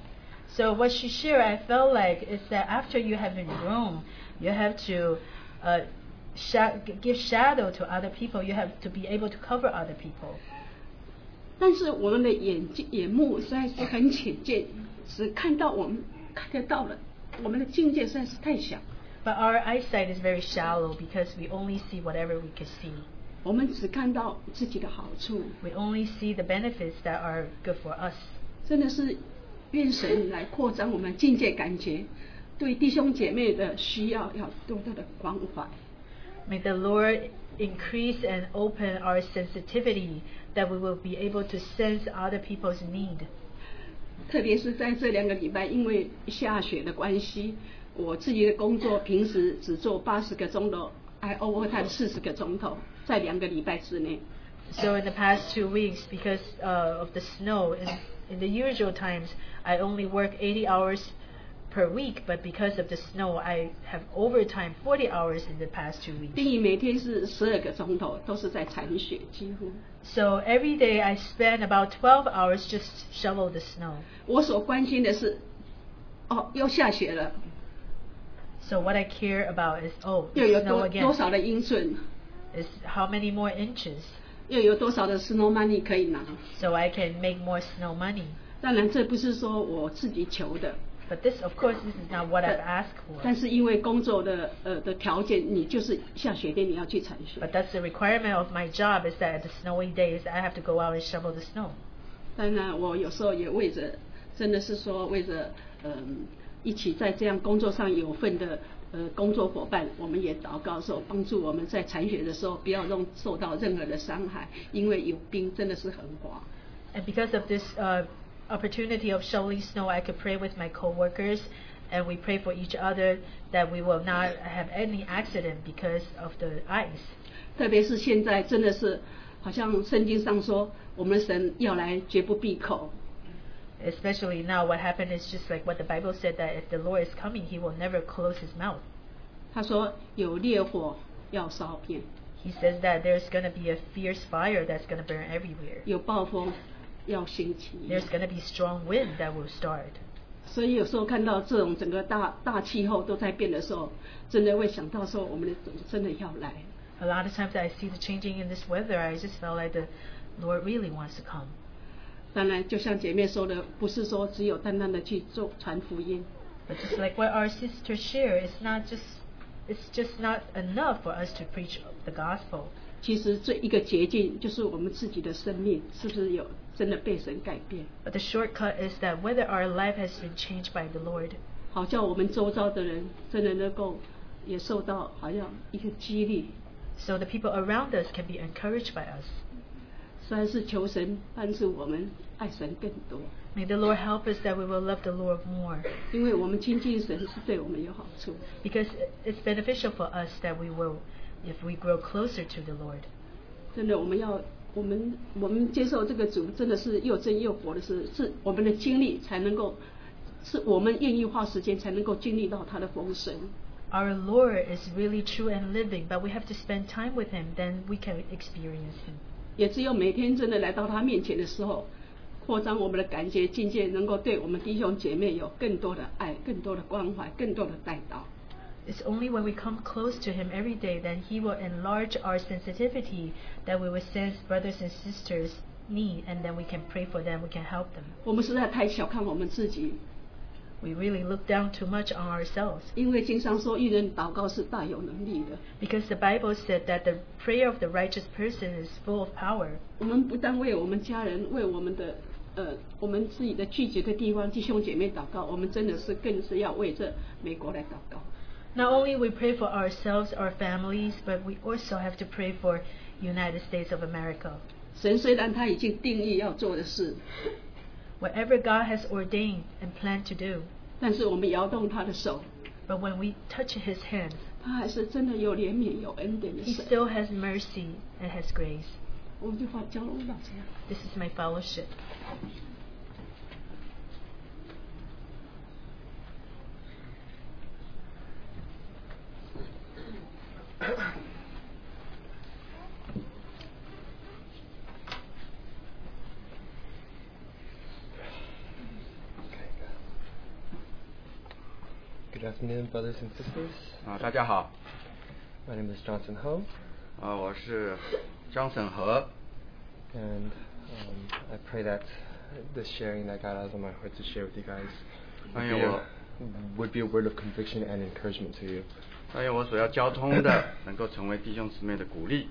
F: So what she shared, I felt like, is that after you have been grown, you have to uh, sha- give shadow to other people. You have to be able to cover other people.
I: 但是我们的眼睛眼目实在是很浅见，只看到我们看得到的，我们的境界实在是太小。
F: But our eyesight is very shallow because we only see whatever we can see.
I: 我们只看到自己的好处，
F: We only see the benefits that are good for us.
I: 真的是愿神来扩张我们境界感觉，对弟兄姐妹的需要要多多的关怀。
F: May the Lord increase and open our sensitivity that we will be able to sense other people's need.
I: 特别是在这两个礼拜，因为下雪的关系，我自己的工作平时只做八十个钟头，还 overtime 四十个钟头，在两个礼拜之内。
F: So in the past two weeks, because uh, of the snow, in, in the usual times, I only work 80 hours per week. But because of the snow, I have overtime 40 hours in the past two weeks.
I: 定义每天是十二个钟头，都是在铲雪，几乎。
F: So every day I spend about 12 hours just shovel the snow.
I: 我所关心的是，哦，又下雪了，
F: So what I care about is oh,
I: 又有
F: it's snow
I: 多多
F: again.
I: 少的英寸，
F: Is how many more inches
I: 又有多少的 snow money 可以拿。
F: so I can make more snow money.
I: 当然，这不是说我自己求的，
F: But this, of course, this is not what I've asked
I: 但
F: for.
I: 是因为工作的呃的条件，你就是下雪天你要去铲雪。
F: But that's the requirement of my job is that the snowy days I have to go out and shovel the snow.
I: 当然，啊我有时候也为着，真的是说为着，嗯、一起在这样工作上有份的呃工作伙伴，我们也祷告说，帮助我们在铲雪的时候不要让受到任何的伤害，因为有冰真的是很滑。
F: And because of this uh, opportunity of shoveling snow, I could pray with my coworkers, and we pray for each other that we will not have any accident because of the ice.
I: 特别是现在真的是，好像圣经上说，我们神要来绝不闭口，
F: Especially now, what happened is just like what the Bible said that if the Lord is coming, He will never close His mouth.
I: 他说有烈火要烧遍，
F: He says that there's going to be a fierce fire that's going to burn everywhere.
I: 有暴风要兴起。
F: There's going to be strong wind that will start.
I: 所以有时候看到这种整个大大气候都在变的时候，真的会想到说我们的主真的要来。
F: A lot of times I see the changing in this weather. I just felt like the Lord really wants to come.
I: 当然，就像姐妹说的，不是说只有单单的去做传福音，
F: But just like what our sister shared, it's not just It's just not enough for us to preach the gospel.
I: 其实这一个捷径就是我们自己的生命是不是有真的被神改变？
F: But the shortcut is that whether our life has been changed by the Lord,
I: 好叫我们周遭的人真的能够也受到好像一个激励。
F: so the people around us can be encouraged by us.
I: 虽然是求神帮助我们爱神更多，
F: May the Lord help us that we will love the Lord more,
I: 因为我们亲近神是对我们有好处。
F: because it's beneficial for us that we will, if we grow closer to the Lord.
I: 真的，我们要我们我们接受这个主，真的是又真又活的是，是我们的经历才能够，是我们愿意花时间才能够经历到他的丰盛。
F: Our Lord is really true and living, but we have to spend time with Him, then we can experience Him.
I: 也只有每天真的来到他面前的时候，扩张我们的感觉境界，能够对我们弟兄姐妹有更多的爱、更多的关怀、更多的带导。
F: It's only when we come close to Him every day that He will enlarge our sensitivity, that we will sense brothers and sisters' need, and then we can pray for them, we can help them.
I: 我们实在太小看我们自己，
F: We really look down too much on ourselves
I: 因为经常说一人祷告是大有能力的。
F: because the Bible said that the prayer of the righteous person is full of power.
I: 我们不但为我们家人，为我们的呃我们自己的聚集的地方弟兄姐妹祷告，我们真的是更是要为这美国来祷告。
F: Not only we pray for ourselves, our families, but we also have to pray for United States of America.
I: 神虽然他已经定义要做的事，
F: Whatever God has ordained and planned to do,
I: 但是我们摇动他的手，
F: but when we touch His hand,
I: 他还是真的有怜悯、有恩典的
F: He
I: 神。
F: still has mercy and has grace.
I: 我们就把交龙老师。
F: This is my fellowship.
J: Good afternoon, brothers and sisters.
B: 啊，大家好，
J: My name is Johnson Ho,
B: 啊，我是张省和，
J: and um, I pray that the sharing that God has on my heart to share with you guys would be, a,
B: Iowa.
J: would be a word of conviction and encouragement to you.
B: 但愿我所要交通的 能够成为弟兄姊妹的鼓励。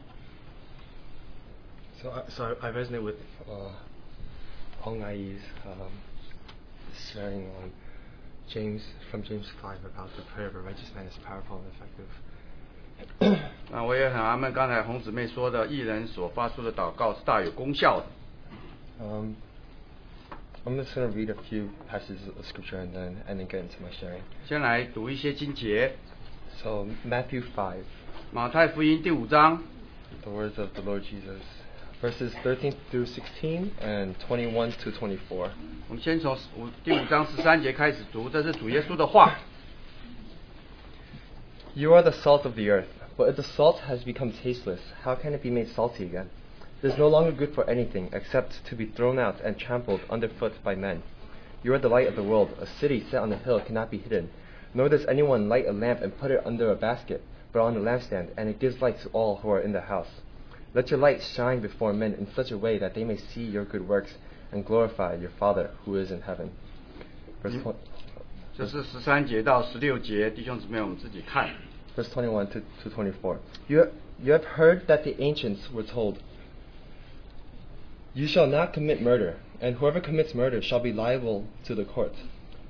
J: So, I, so I, I resonate with uh, Hong Ai's um, sharing on James from James 5 about the prayer of a righteous man is powerful and effective.
B: 那我也很纳闷，刚才红姊妹说的，艺人所发出的祷告是大有功效的。
J: Um, I'm just going to read a few passages of scripture and then, and then get into my sharing.
B: 先来读一些经节，
J: So, Matthew 5,
B: 马太福音第五章
J: the words of the Lord Jesus, verses 13 through 16 and 21 to 24.
B: 我们先从十五第五章十三节开始读，这是主耶稣的话。
J: You are the salt of the earth, but if the salt has become tasteless, how can it be made salty again? It is no longer good for anything except to be thrown out and trampled underfoot by men. You are the light of the world. A city set on a hill cannot be hidden. Nor does anyone light a lamp and put it under a basket, but on a lampstand, and it gives light to all who are in the house. Let your light shine before men in such a way that they may see your good works and glorify your Father who is in heaven. Verse,
B: Mm.
J: twen-
B: 这是十三节到十六节，弟兄姊妹我们自己看。
J: verse 21 to, to 24. You, you have heard that the ancients were told, You shall not commit murder, and whoever commits murder shall be liable to the court.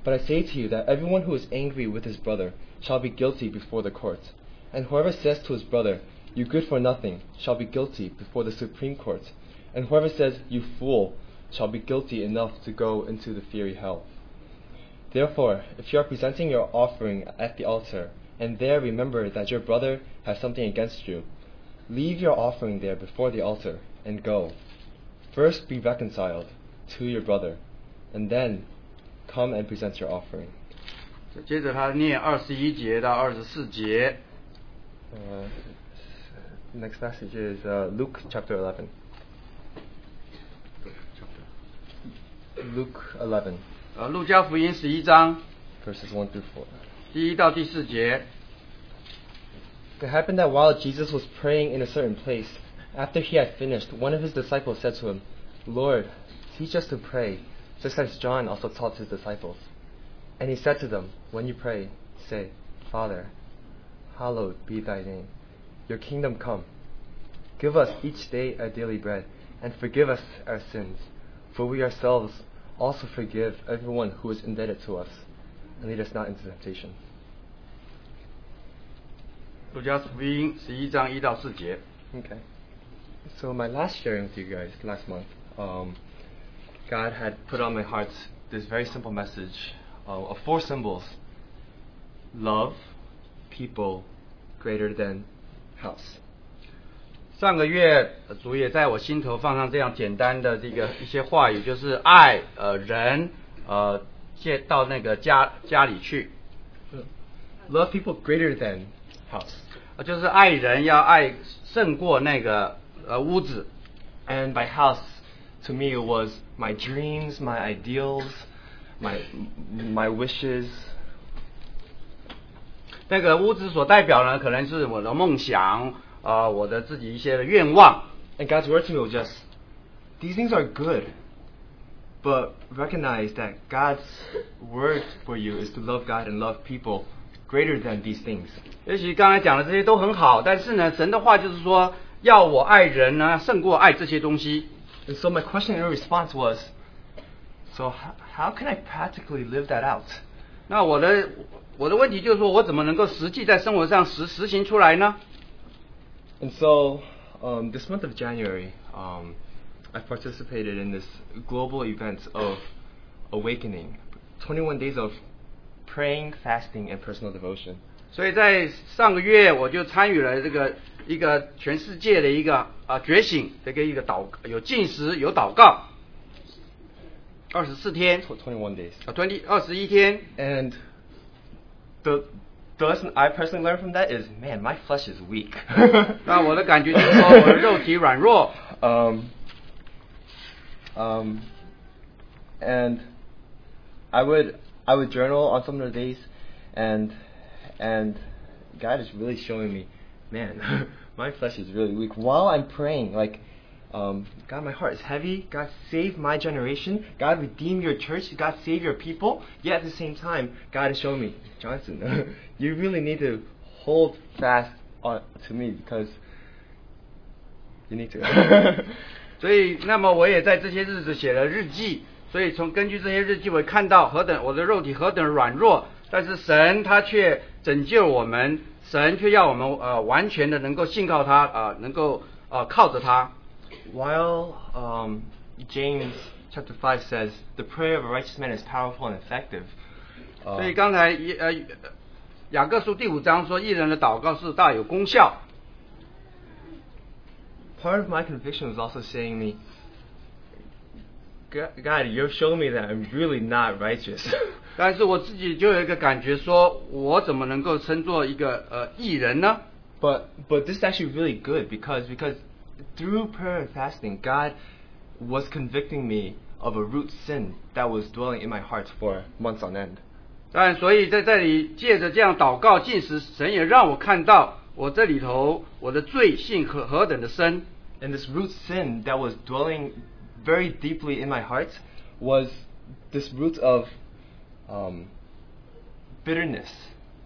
J: But I say to you that everyone who is angry with his brother shall be guilty before the court. And whoever says to his brother, You good for nothing, shall be guilty before the Supreme Court. And whoever says, You fool, shall be guilty enough to go into the fiery hell. Therefore, if you are presenting your offering at the altar, and there remember that your brother has something against you, leave your offering there before the altar, and go. First be reconciled to your brother, and then come and present your offering.
B: 接着他念二十一节到二十四节，
J: Uh, next passage is uh, Luke chapter 11. Luke 11,
B: 呃，路加福音十一章
J: verses 1 through 4.
B: 第一到第四节，
J: It happened that while Jesus was praying in a certain place, after he had finished, one of his disciples said to him, Lord, teach us to pray, just as John also taught his disciples. And he said to them, When you pray, say, Father, hallowed be thy name. Your kingdom come. Give us each day our daily bread, and forgive us our sins, for we ourselves also forgive everyone who is indebted to us. And lead us not into temptation.
B: 路加福音十一章一到四节。
J: Okay. So my last sharing with you guys last month, um, God had put on my heart this very simple message uh, of four symbols: love, people, greater than house.
B: 上个月呃主也在我心头放上这样简单的这个一些话语，就是爱呃人呃借到那个家家里去，
J: Love people greater than house.
B: 呃就是爱人要爱胜过那个呃屋子。
J: And by house, to me, it was my dreams, my ideals, my my wishes.
B: 那个屋子所代表呢，可能是我的梦想，呃，我的自己一些的愿望。
J: And God's word to me was just, these things are good, but recognize that God's word for you is to love God and love people greater than these things.
B: 也许刚才讲的这些都很好，但是呢，神的话就是说，要我爱人呢，胜过爱这些东西。
J: And so my question and response was, so how, how can I practically live that out?
B: 那我的我的问题就是说，我怎么能够实际在生活上实实行出来呢？
J: And so, um, this month of January, um, I participated in this global event of awakening, 21 days of praying, fasting, and personal devotion.
B: 所以在上个月我就参与了这个一个全世界的一个啊、觉醒这个一个祷有进食有祷告，二十四天
J: Tw- 21 days.
B: 啊，专利二十一天。
J: And the the lesson I personally learned from that is, man, my flesh is weak.
B: 那我的感觉就是说，我的肉体软弱，
J: um, um, and I would I would journal on some of the days, and and God is really showing me, man, my flesh is really weak. While I'm praying, like, um, God, my heart is heavy. God, save my generation. God, redeem your church. God, save your people. Yet at the same time, God is showing me, Johnson, you really need to hold fast on to me because you need to.
B: 所以那么我也在这些日子写了日记。所以从根据这些日记，我看到何等我的肉体何等软弱，但是神他却拯救我们，神却要我们呃完全的能够信靠他啊、呃能够呃靠着他。
J: While um, James chapter 5 says, the prayer of a righteous man is powerful and effective.
B: 所以刚才一呃雅各书第五章说，一人的祷告是大有功 效。
J: part of my conviction was also saying me, "Go- God, you're showing me that I'm really not righteous.
B: 但是我自己就有一个感觉说我怎么能够称作一个呃艺人呢？
J: but but this is actually really good because because through prayer and fasting, God was convicting me of a root sin that was dwelling in my heart for months on end.
B: 当然，所以在这里借着这样祷告进食，神也让我看到我这里头我的罪性何何等的深。
J: And this root sin that was dwelling very deeply in my heart was this root of um, bitterness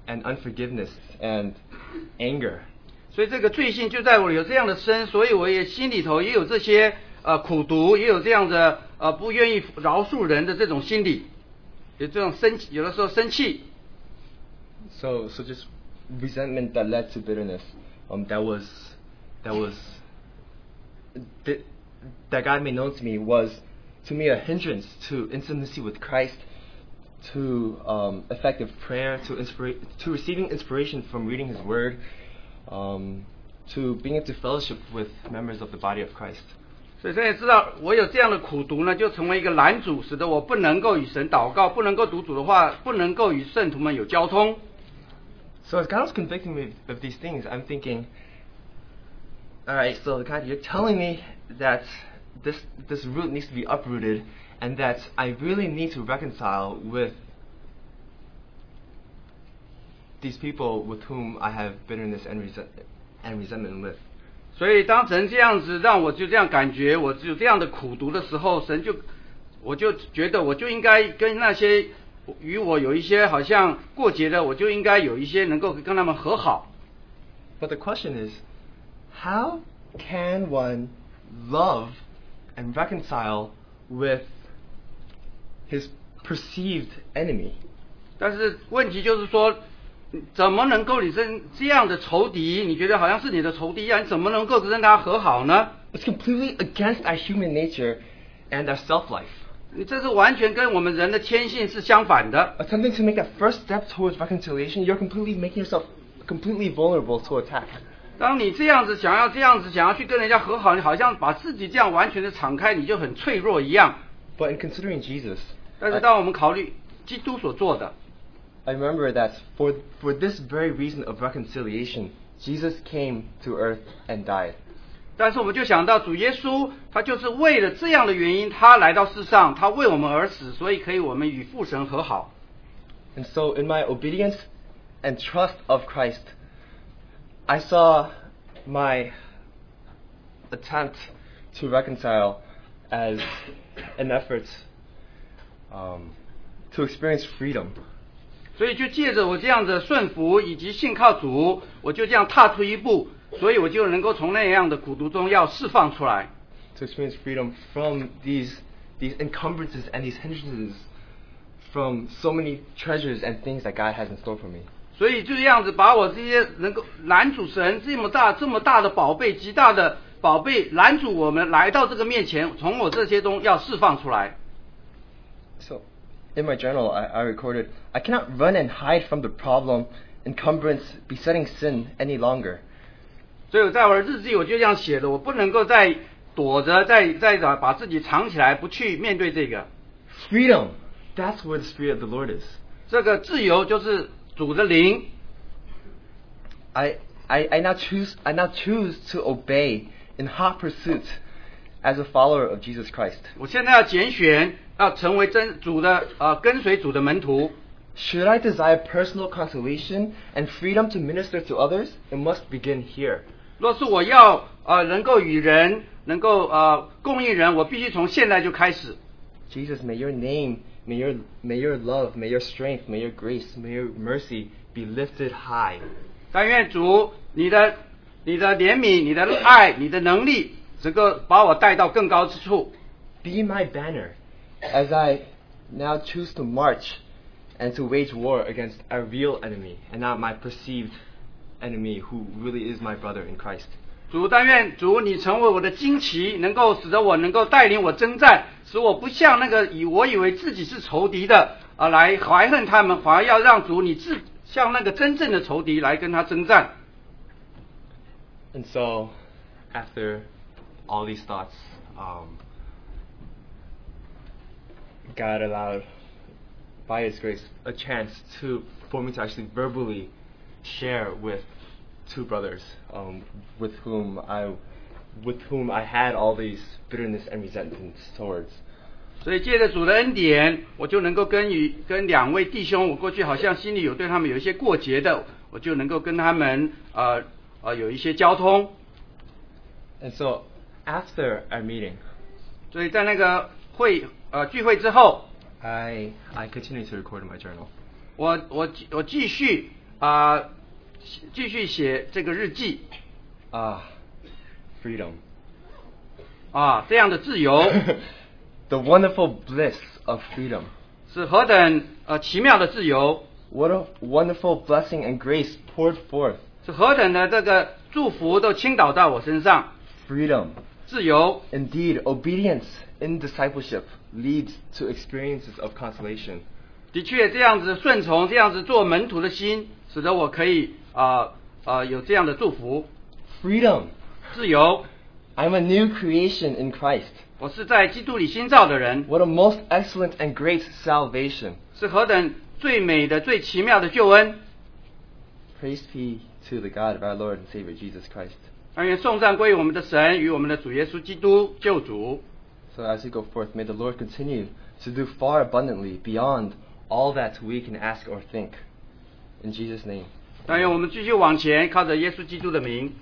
J: and unforgiveness and anger.
B: 所以这个罪性就在我有这样的深，所以我也心里头也有这些呃苦毒，也有这样的呃不愿意饶恕人的这种心理，有这种生气，有的时候生气，
J: So, so just resentment that led to bitterness. Um, that was, that was, that, that God made known to me was, to me, a hindrance to intimacy with Christ, to um, effective prayer, to inspira- to receiving inspiration from reading His Word, um, to being into fellowship with members of the body of Christ.
B: 所以神也知道我有这样的苦读呢，就成为一个拦阻，使得我不能够与神祷告，不能够读主的话，不能够与圣徒们有交通。
J: So as God was convicting me of these things, I'm thinking, all right, so God, you're telling me that this this root needs to be uprooted, and that I really need to reconcile with these people with whom I have bitterness and resent and resentment with.
B: 所以当神这样子让我就这样感觉，我就这样的苦读的时候，神就我就觉得我就应该跟那些与我有一些好像过节的，我就应该有一些能够跟他们和好。
J: But the question is, how can one love and reconcile with his perceived enemy?
B: 但是问题就是说，怎么能够你跟这样的仇敌，你觉得好像是你的仇敌一样，你怎么能够跟他和好呢
J: ？It's completely against our human nature and our self-life.
B: 你这是完全跟我们人的天性是相反的。
J: Attempting to make that first step towards reconciliation, you're completely making yourself completely vulnerable to attack.
B: 当你这样子想要这样子想要去跟人家和好，你好像把自己这样完全的敞开，你就很脆弱一样。
J: But in considering Jesus,
B: 但是当我们考虑基督所做的，
J: I remember that for, for this very reason of reconciliation, Jesus came to earth and died.
B: 但是我们就想到主耶稣，他就是为了这样的原因，他来到世上，他为我们而死，所以可以我们与父神和好。
J: And so, in my obedience and trust of Christ, I saw my attempt to reconcile as an effort um, to experience freedom.
B: 所以就借着我这样的顺服以及信靠主，我就这样踏出一步，所以我就能够从那样的苦毒中要释放出来。
J: to experience freedom from these these encumbrances and these hindrances from so many treasures and things that God has in store for me.
B: 所以就这样子，把我这些能够拦阻神这么大这么大的宝贝，极大的宝贝拦阻我们来到这个面前，从我这些中要释放出来。
J: So, in my journal, I, I recorded, I cannot run and hide from the problem, encumbrance, besetting sin any longer.
B: 所以我在我的日记我就这样写的，我不能够再躲着，再再把把自己藏起来，不去面对这个。
J: Freedom, that's where the spirit of the Lord is.
B: 这个自由就是主的灵。
J: I, I, I now choose, I now choose to obey in hot pursuit as a follower of Jesus Christ.
B: 我现在要拣选，要成为真主的呃跟随主的门徒。
J: Should I desire personal consolation and freedom to minister to others, it must begin here.
B: 若是我要呃能够与人能够呃供应人，我必须从现在就开始。
J: Jesus, may your name, may your may your love, may your strength, may your grace, may your mercy be lifted high.
B: 但愿主你的你的怜悯、你的爱、你的能力，能够把我带到更高之处。
J: Be my banner as I now choose to march and to wage war against a real enemy and not my perceived enemy who really is my brother in Christ.
B: 主，但愿主你成为我的旌旗，能够使得我能够带领我征战，使我不像那个以我以为自己是仇敌的啊来怀恨他们，反而要让主你自像那个真正的仇敌来跟他征战。
J: And so, after all these thoughts, um, God allowed, by His grace, a chance to for me to actually verbally share with two brothers, um, with whom I, with whom I had all these bitterness and resentments towards.
B: 所以借着主的恩典，我就能够跟与跟两位弟兄，我过去好像心里有对他们有一些过节的，我就能够跟他们呃呃有一些交通。
J: And so, after our meeting,
B: 所以在那个会呃聚会之后，
J: I I continued to record in my journal.
B: 我我我继续啊、呃继续写这个日记
J: Ah, freedom.
B: 啊，这样的自由
J: the wonderful bliss of freedom.
B: 是何等呃奇妙的自由，
J: What a wonderful blessing and grace poured forth.
B: 是何等的这个祝福都倾倒到我身上，
J: Freedom.
B: 自由
J: Indeed, obedience in discipleship leads to experiences of consolation.
B: 的确，这样子顺从，这样子做门徒的心，使得我可以啊啊、呃有这样的祝福
J: Freedom.
B: 自由。
J: I'm a new creation in Christ.
B: 我是在基督里新造的人，
J: What a most excellent and great salvation.
B: 是何等最美的、最奇妙的救恩。
J: Praise be to the God of our Lord and Savior Jesus Christ.
B: 但愿颂赞归于我们的神与我们的主耶稣基督救主。
J: So as we go forth, may the Lord continue to do far abundantly beyond all that we can ask or think. In Jesus' name.
B: 但愿我们继续往前，靠着耶稣基督的名。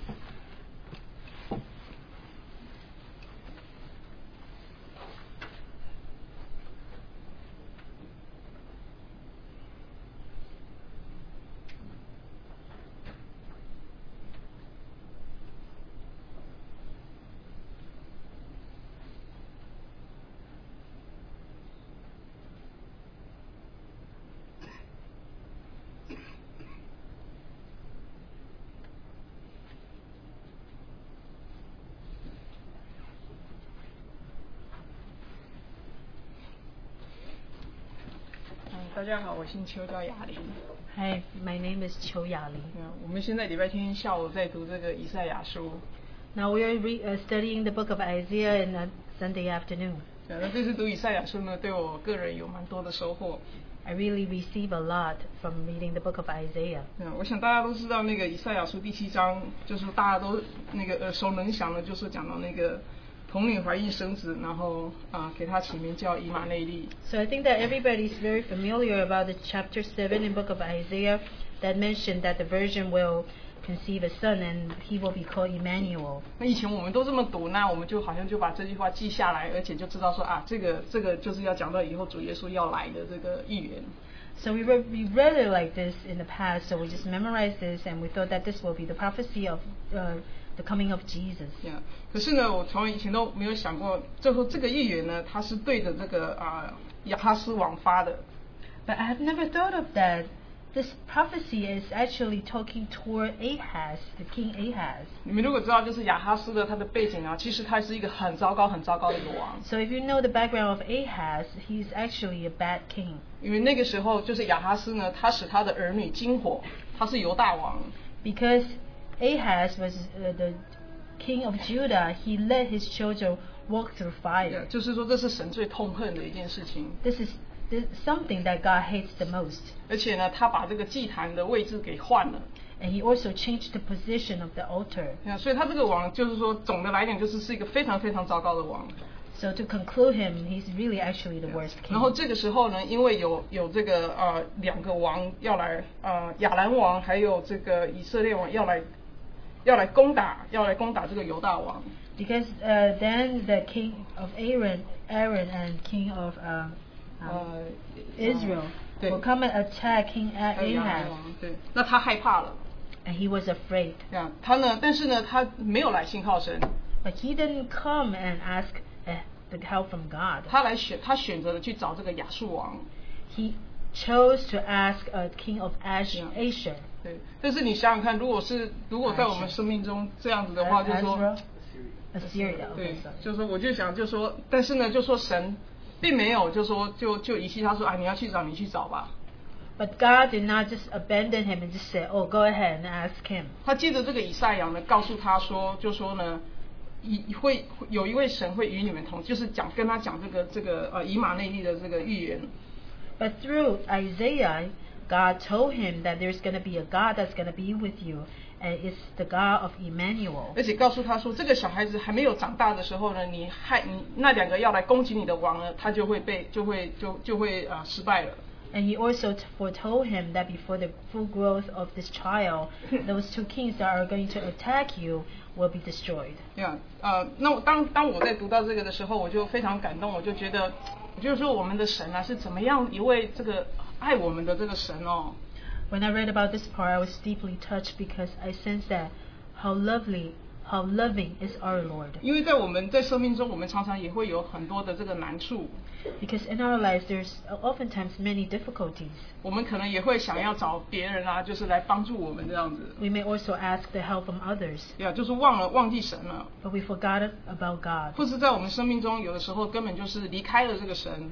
K: 嗯大家好，我姓邱，叫雅玲。嗯
F: Hi, my name is Qiu Yali.
K: 我们现在礼拜天下午在读这个以赛亚书。
F: Now we are re- uh, studying the book of Isaiah in uh, Sunday afternoon.
K: 对，嗯那这次读以赛亚书呢，对我个人有蛮多的收获。
F: I really receive a lot from reading the book of Isaiah.
K: 嗯，我想大家都知道那个以赛亚书第七章，就是大家都那个耳熟能详的，就是讲到那个童女怀孕生子，然后啊给他起名叫以马内利。
F: So I think that everybody is very familiar about the chapter 7 in book of Isaiah that mentioned that the virgin will conceive a son and he will be called Emmanuel.
K: 那以前我们都这么读，那我们就好像就把这句话记下来，而且就知道说啊，这个这个就是要讲到以后主耶稣要来的这个预言。
F: So we, re- we read it like this in the past, so we just memorized this and we thought that this will be the prophecy of uh, the coming of Jesus.
K: 可是呢，我从以前都没有想过，最后这个预言呢，它是对着这个啊、亚哈斯王发的。
F: But I have never thought of that. This prophecy is actually talking toward Ahaz, the king Ahaz.
K: 你们如果知道，就是亚哈斯的他的背景啊，其实他是一个很糟糕、很糟糕的国王。
F: So if you know the background of Ahaz, he's actually a bad king.
K: 因为那个时候就是亚哈斯呢，他使他的儿女金火，他是犹大王。
F: Because Ahaz was uh, the king of Judah, he let his children walk through fire.
K: 就是说，这是神最痛恨的一件事情。
F: This is this, something that God hates the most.
K: 而且呢，他把这个祭坛的位置给换了。
F: And he also changed the position of the altar.
K: 那所以他这个王就是说，总的来讲就是是一个非常非常糟糕的王。
F: So to conclude him, he's really actually the worst king.
K: 然后这个时候呢，因为有有这个呃两个王要来呃亚兰王还有这个以色列王要来要来攻打要来攻打这个犹大王，
F: Because uh, then the king of Aaron, Aaron and king of um, um, Israel will come and attack King A-
K: 还有亚兰
F: Ahaz.
K: 王对，那他害怕了。
F: And he was afraid.
K: 啊，他呢，但是呢，他没有来信靠神。
F: But he didn't come and ask uh, the help from God.
K: 他来选，他选择了去找这个亚述王。
F: He chose to ask a king of Ash, Asher.
K: 对，但是你想想看，如果是如果在我们生命中这样子的话，就是说
F: Ezra，Assyria. Okay,
K: 对
F: sorry.，
K: 就是说我就想就说，但是呢，就说神并没有就说就就遗弃他说啊，你要去找你去找吧。
F: But God did not just abandon him and just say, "Oh, go ahead and ask him."
K: 他借着这个以赛亚呢，告诉他说，就说呢，以会有一位神会与你们同，就是讲跟他讲这个这个呃以马内利的这个预言。
F: But through Isaiah, God told him that there's going to be a God that's going to be with you, and it's the God of Emmanuel.
K: 而且告诉他说，这个小孩子还没有长大的时候呢，你害你那两个要来攻击你的王呢，他就会被就会就就会呃失败了。
F: And he also t- foretold him that before the full growth of this child, those two kings that are going to attack you will be destroyed.
K: 对啊，呃，那我当当我在读到这个的时候，我就非常感动，我就觉得，我就说我们的神啊是怎么样一位这个爱我们的这个神哦。
F: When I read about this part, I was deeply touched because I sensed that how lovely, how loving is our Lord.
K: 因为在我们在生命中，我们常常也会有很多的这个难处。
F: Because in our lives, there's oftentimes many difficulties.
K: 我们可能也会想要找别人啊，就是来帮助我们这样子。
F: We may also ask the help from others.
K: 对啊，就是忘了忘记神了，
F: But we forgot about God.
K: 或是在我们生命中，有的时候根本就是离开了这个神。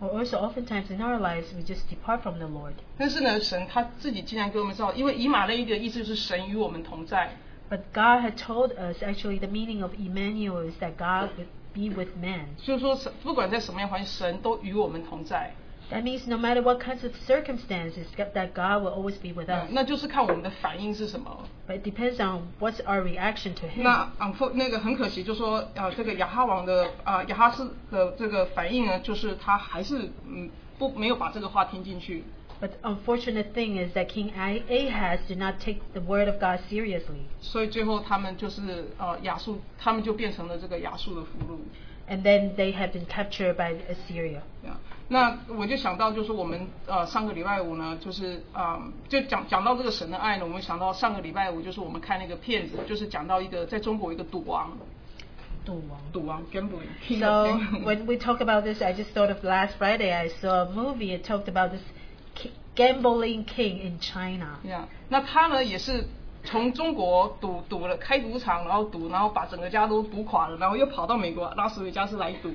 F: Or also, oftentimes in our lives, we just depart from the Lord.
K: 但是呢，神他自己竟然给我们知道，因为以马内利的意思是神与我们同在。
F: But God had told us actually the meaning of Emmanuel is that God would be with man.
K: 就是说，神不管在什么样环境，神都与我们同在。
F: That means no matter what kinds of circumstances, g- that God will always be with
K: 对啊
F: us.
K: 那就是看我们的反应是什么。
F: But it depends on what's our reaction to Him.
K: 那 u n f o 那个很可惜，就说呃，这个亚哈王的啊、呃亚哈斯的这个反应呢，就是他还是嗯不没有把这个话听进去。
F: But the unfortunate thing is that King Ah- Ahaz did not take the word of God seriously.
K: 所以最后他们就是呃亚述，他们就变成了这个亚述的俘虏。
F: And then they had been captured by Assyria.
K: 那我就想到，就是我们呃上个礼拜五呢，就是啊、呃就讲讲到这个神的爱呢，我们想到上个礼拜五就是我们看那个片子，就是讲到一个在中国一个赌王，赌王 gambling，
F: So when we talk about this, I just thought of last Friday. I saw a movie. It talked about this ki- gambling king in China.
K: 那他呢也是从中国赌赌了开赌场，然后赌，然后把整个家都赌垮了，然后又跑到美国拉斯维加斯来赌。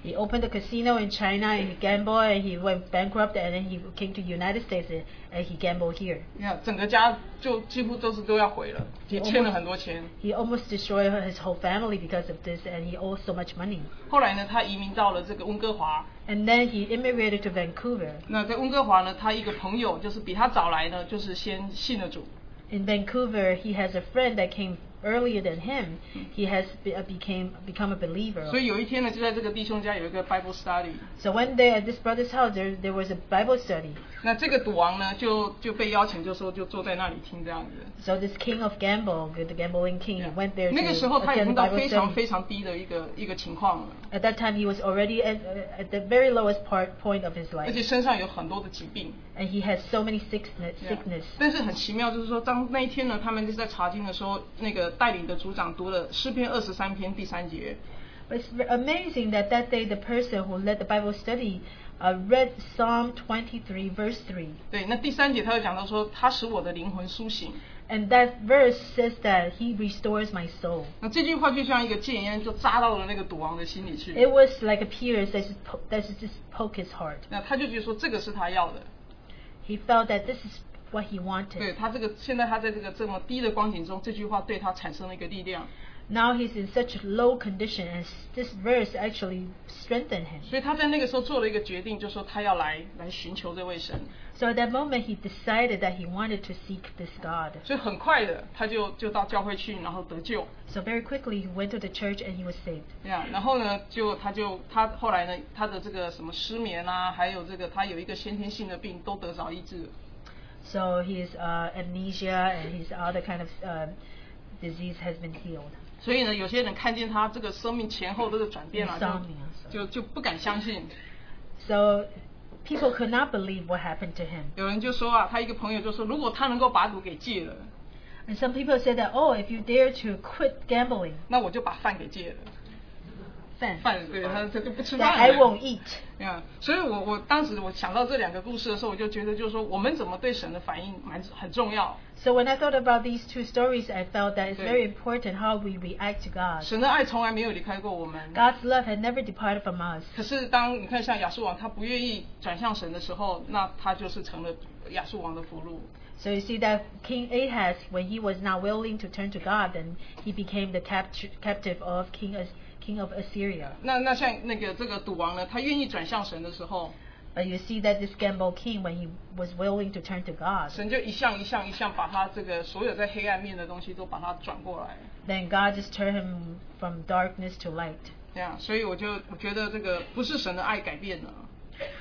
F: He opened a casino in China and he gambled and he went bankrupt and then he came to United States and, and he gambled here.
K: 你看整个家就几乎都是都要毁了，也欠了很多钱。
F: He almost destroyed his whole family because of this and he owed so much money.
K: 后来呢，他移民到了这个温哥华。
F: And then he immigrated to Vancouver.
K: 那在温哥华呢，他一个朋友就是比他早来呢，就是先信了主。
F: In Vancouver, he has a friend that came earlier than him. He has be, uh, became become a believer.
K: 所以有一天呢，就在这个弟兄家有一个 Bible study。
F: So one day at this brother's house, there there was a Bible study.
K: 那这个赌王呢，就就被邀请，就说就坐在那里听这样子。
F: So this king of gamble, the gambling king, he went there
K: 那
F: to
K: 个时候他已经
F: attend the
K: 到
F: Bible
K: 非常
F: study.
K: 非常低的一个一个情况了，
F: At that time, he was already at, uh, at the very lowest part point of his
K: 而
F: life,
K: 且身上有很多的疾病。
F: and he had so many sickness.
K: Yeah.
F: sickness.
K: 但是很奇妙，就是说，当那一天呢，他们就是在查经的时候，那个带领的组长读了诗篇二十三篇第三节，
F: But it's ve- amazing that that day the person who led the Bible study uh, read Psalm 23, verse 3.
K: 对，那第三节他就讲到说，他使我的灵魂苏醒。
F: And that verse says that he restores my soul.
K: 那这句话就像一个箭一样，就扎到了那个赌王的心里去。
F: It was like a pierce that just, po- that just poke his heart.
K: 那他就觉得说，这个是他要的。
F: He felt that this is what he
K: 对
F: wanted.
K: 他这个现在他在这个这么低的光景中，这句话对他产生了一个力量，
F: Now he's in such a low condition, and s- this verse actually strengthened him.
K: 所以他在那个时候做了一个决定，就说他要来来寻求这位神。
F: So at that moment, he decided that he wanted to seek this God.
K: 所以很快的，他就就到教会去，然后得救。
F: So very quickly, he went to the church and he was saved.
K: 对呀，然后呢，就他就他后来呢，他的这个什么失眠啊，还有这个他有一个先天性的病，都得着医治了。
F: So his uh, amnesia and his other kind of uh, disease has been healed.
K: 所以呢，有些人看见他这个生命前后这个转变了、
F: Insomnia，
K: 就就就不敢相信。
F: So people could not believe what happened to him.
K: 有人就说啊，他一个朋友就说，如果他能够把赌给戒了，
F: And some people said that, oh, if you dare to quit gambling,
K: 那我就把饭给戒了。
F: 饭
K: 饭对他他就不吃
F: that
K: 饭了。
F: I won't eat.
K: 呀所以我我当时我想到这两个故事的时候，我就觉得就是说，我们怎么对神的反应蛮很重要。
F: So when I thought about these two stories, I felt that it's
K: Yeah.
F: very important how we react to God.
K: 神的爱从来没有离开过我们。
F: God's love had never departed from us.
K: 可是当你看像亚述王，他不愿意转向神的时候，那他就是成了亚述王的俘虏。
F: So you see that King Ahaz, when he was not willing to turn to God, then he became the capt- captive of King As- King of Assyria.
K: 那那像那个这个赌王呢，他愿意转向神的时候，
F: But you see that this Gamble king, when he was willing to turn to God,
K: 神就一项一项一项把他这个所有在黑暗面的东西都把他转过来。
F: then God just turned him from darkness to light.
K: 这样，啊所以我就我觉得这个不是神的爱改变了，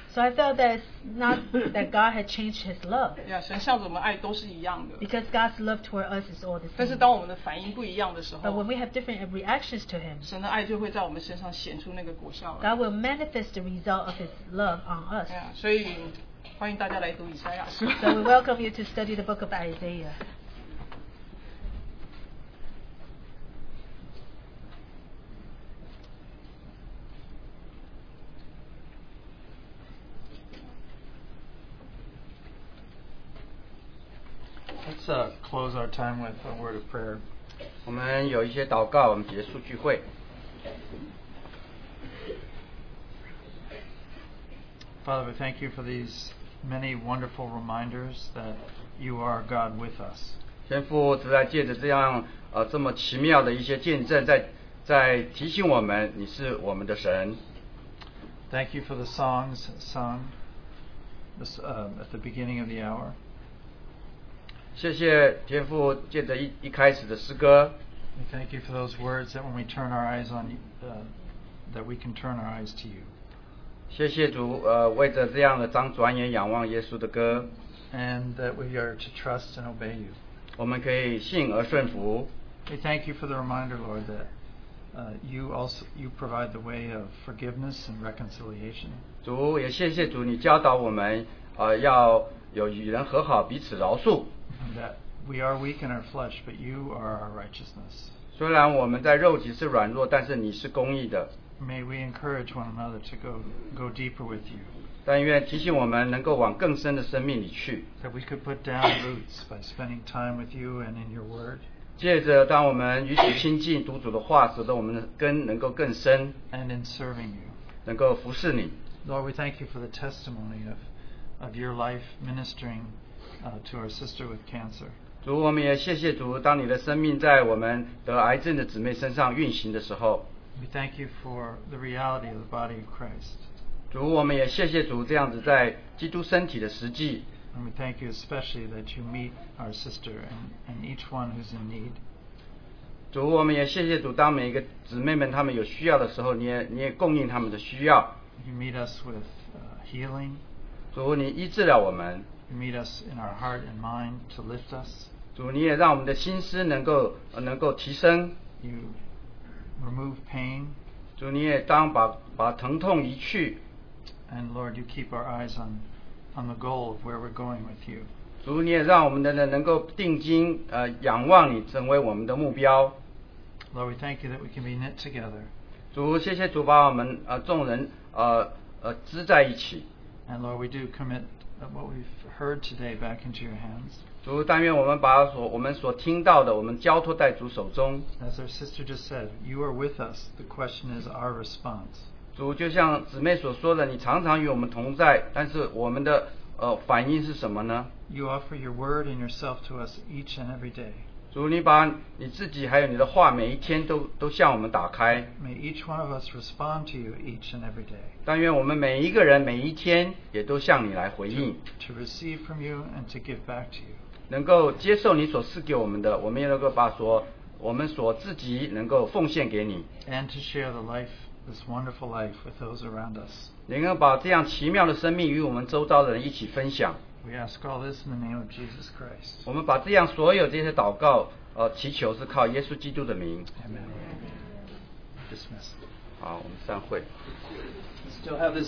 F: So I felt that it's not that God had changed his love,
K: 呀，啊神向着我们爱都是一样的。
F: because God's love toward us is all the
K: 但是
F: same.
K: 当我们的反应不一样的时
F: But
K: 候
F: when，we have different reactions to him,
K: 神的爱就会在我们身上显出那个果效来。
F: God will manifest the result of his love on us.
K: 对啊，所以欢迎大家来读以赛亚 书。
F: So we welcome you to study the book of Isaiah.
A: Let's uh, close our time with a word of prayer.
B: 我们有一些祷告，我们结束聚会。
A: Father, we thank you for these many wonderful reminders that you are God with us.
B: 天父实在借着这样呃这么奇妙的一些见证，在在提醒我们，你是我们的神。
A: Thank you for the songs sung this, um, at the beginning of the hour.
B: 谢谢天父借着一一开始的诗歌，
A: We thank you for those words that when we turn our eyes on you, uh, that we can turn our eyes to you.
B: 谢谢主呃为着这样的张转眼仰望耶稣的歌，
A: and that we are to trust and obey you.
B: 我们可以信而顺服。
A: We thank you for the reminder, Lord, that uh, you also you provide the way of forgiveness and reconciliation.
B: 主也谢谢主，你教导我们呃要有与人和好，彼此饶恕。
A: And that we are weak in our flesh, but you are our righteousness.
B: 虽然我们在肉体是软弱，但是你是公义的。
A: May we encourage one another to go go deeper with you,
B: 但愿提醒我们能够往更深的生命里去。
A: that we could put down roots by spending time with you and in your Word,
B: 借着当我们与主亲近、读主的话，使得我们的根能够更深，
A: and in serving you.
B: 能够服侍你。
A: Lord, we thank you for the testimony of, of your life ministering uh, to our sister with cancer.
B: 主，我们也谢谢主，当你的生命在我们得癌症的姊妹身上运行的时候，
A: We thank you for the reality of the body of Christ.
B: 主，我们也谢谢主这样子在基督身体的实际。
A: And we thank you especially that you meet our sister and, and each one who's in need.
B: 主，我们也谢谢主，当每一个姊妹们她们有需要的时候，你也你也供应她们的需要。
A: You meet us with uh, healing.
B: 主，你医治了我们。
A: You meet us in our heart and mind to lift us.
B: 主，你也让我们的心思能够、呃能够提升。
A: You remove pain.
B: 主，你也当把把疼痛移去。
A: And Lord, you keep our eyes on, on the goal of where we're going with you.
B: 主，你也让我们的人能够定睛，呃，仰望你成为我们的目标。
A: Lord, we thank you that we can be knit together.
B: 主，谢谢主把我们呃众人呃呃织在一起。
A: And Lord, we do commit uh, what we've heard today back into your hands.
B: 主，但愿我们把所我们所听到的，我们交托在主手中。
A: As our sister just said, you are with us. The question is our response.
B: 主，就像姊妹所说的，你常常与我们同在，但是我们的呃反应是什么呢？
A: You offer your word and yourself to us each and every day.
B: 主，你把你自己还有你的话，每一天都都向我们打开。
A: May each one of us respond to you each and every day,
B: 但愿我们每一个人每一天也都向你来回应，
A: to receive from you and to give back to you.
B: 能够接受你所赐给我们的，我们也能够把所我们所自己能够奉献给你，
A: and to share the life, this wonderful life, with those around us.
B: 能够把这样奇妙的生命与我们周遭的人一起分享。
A: We ask all this in the name of Jesus Christ.
B: 我们把这样所有这些祷告，呃，祈求是靠耶稣基督的名。
A: Amen. Dismissed.
B: 好，我们散会。
A: Still have this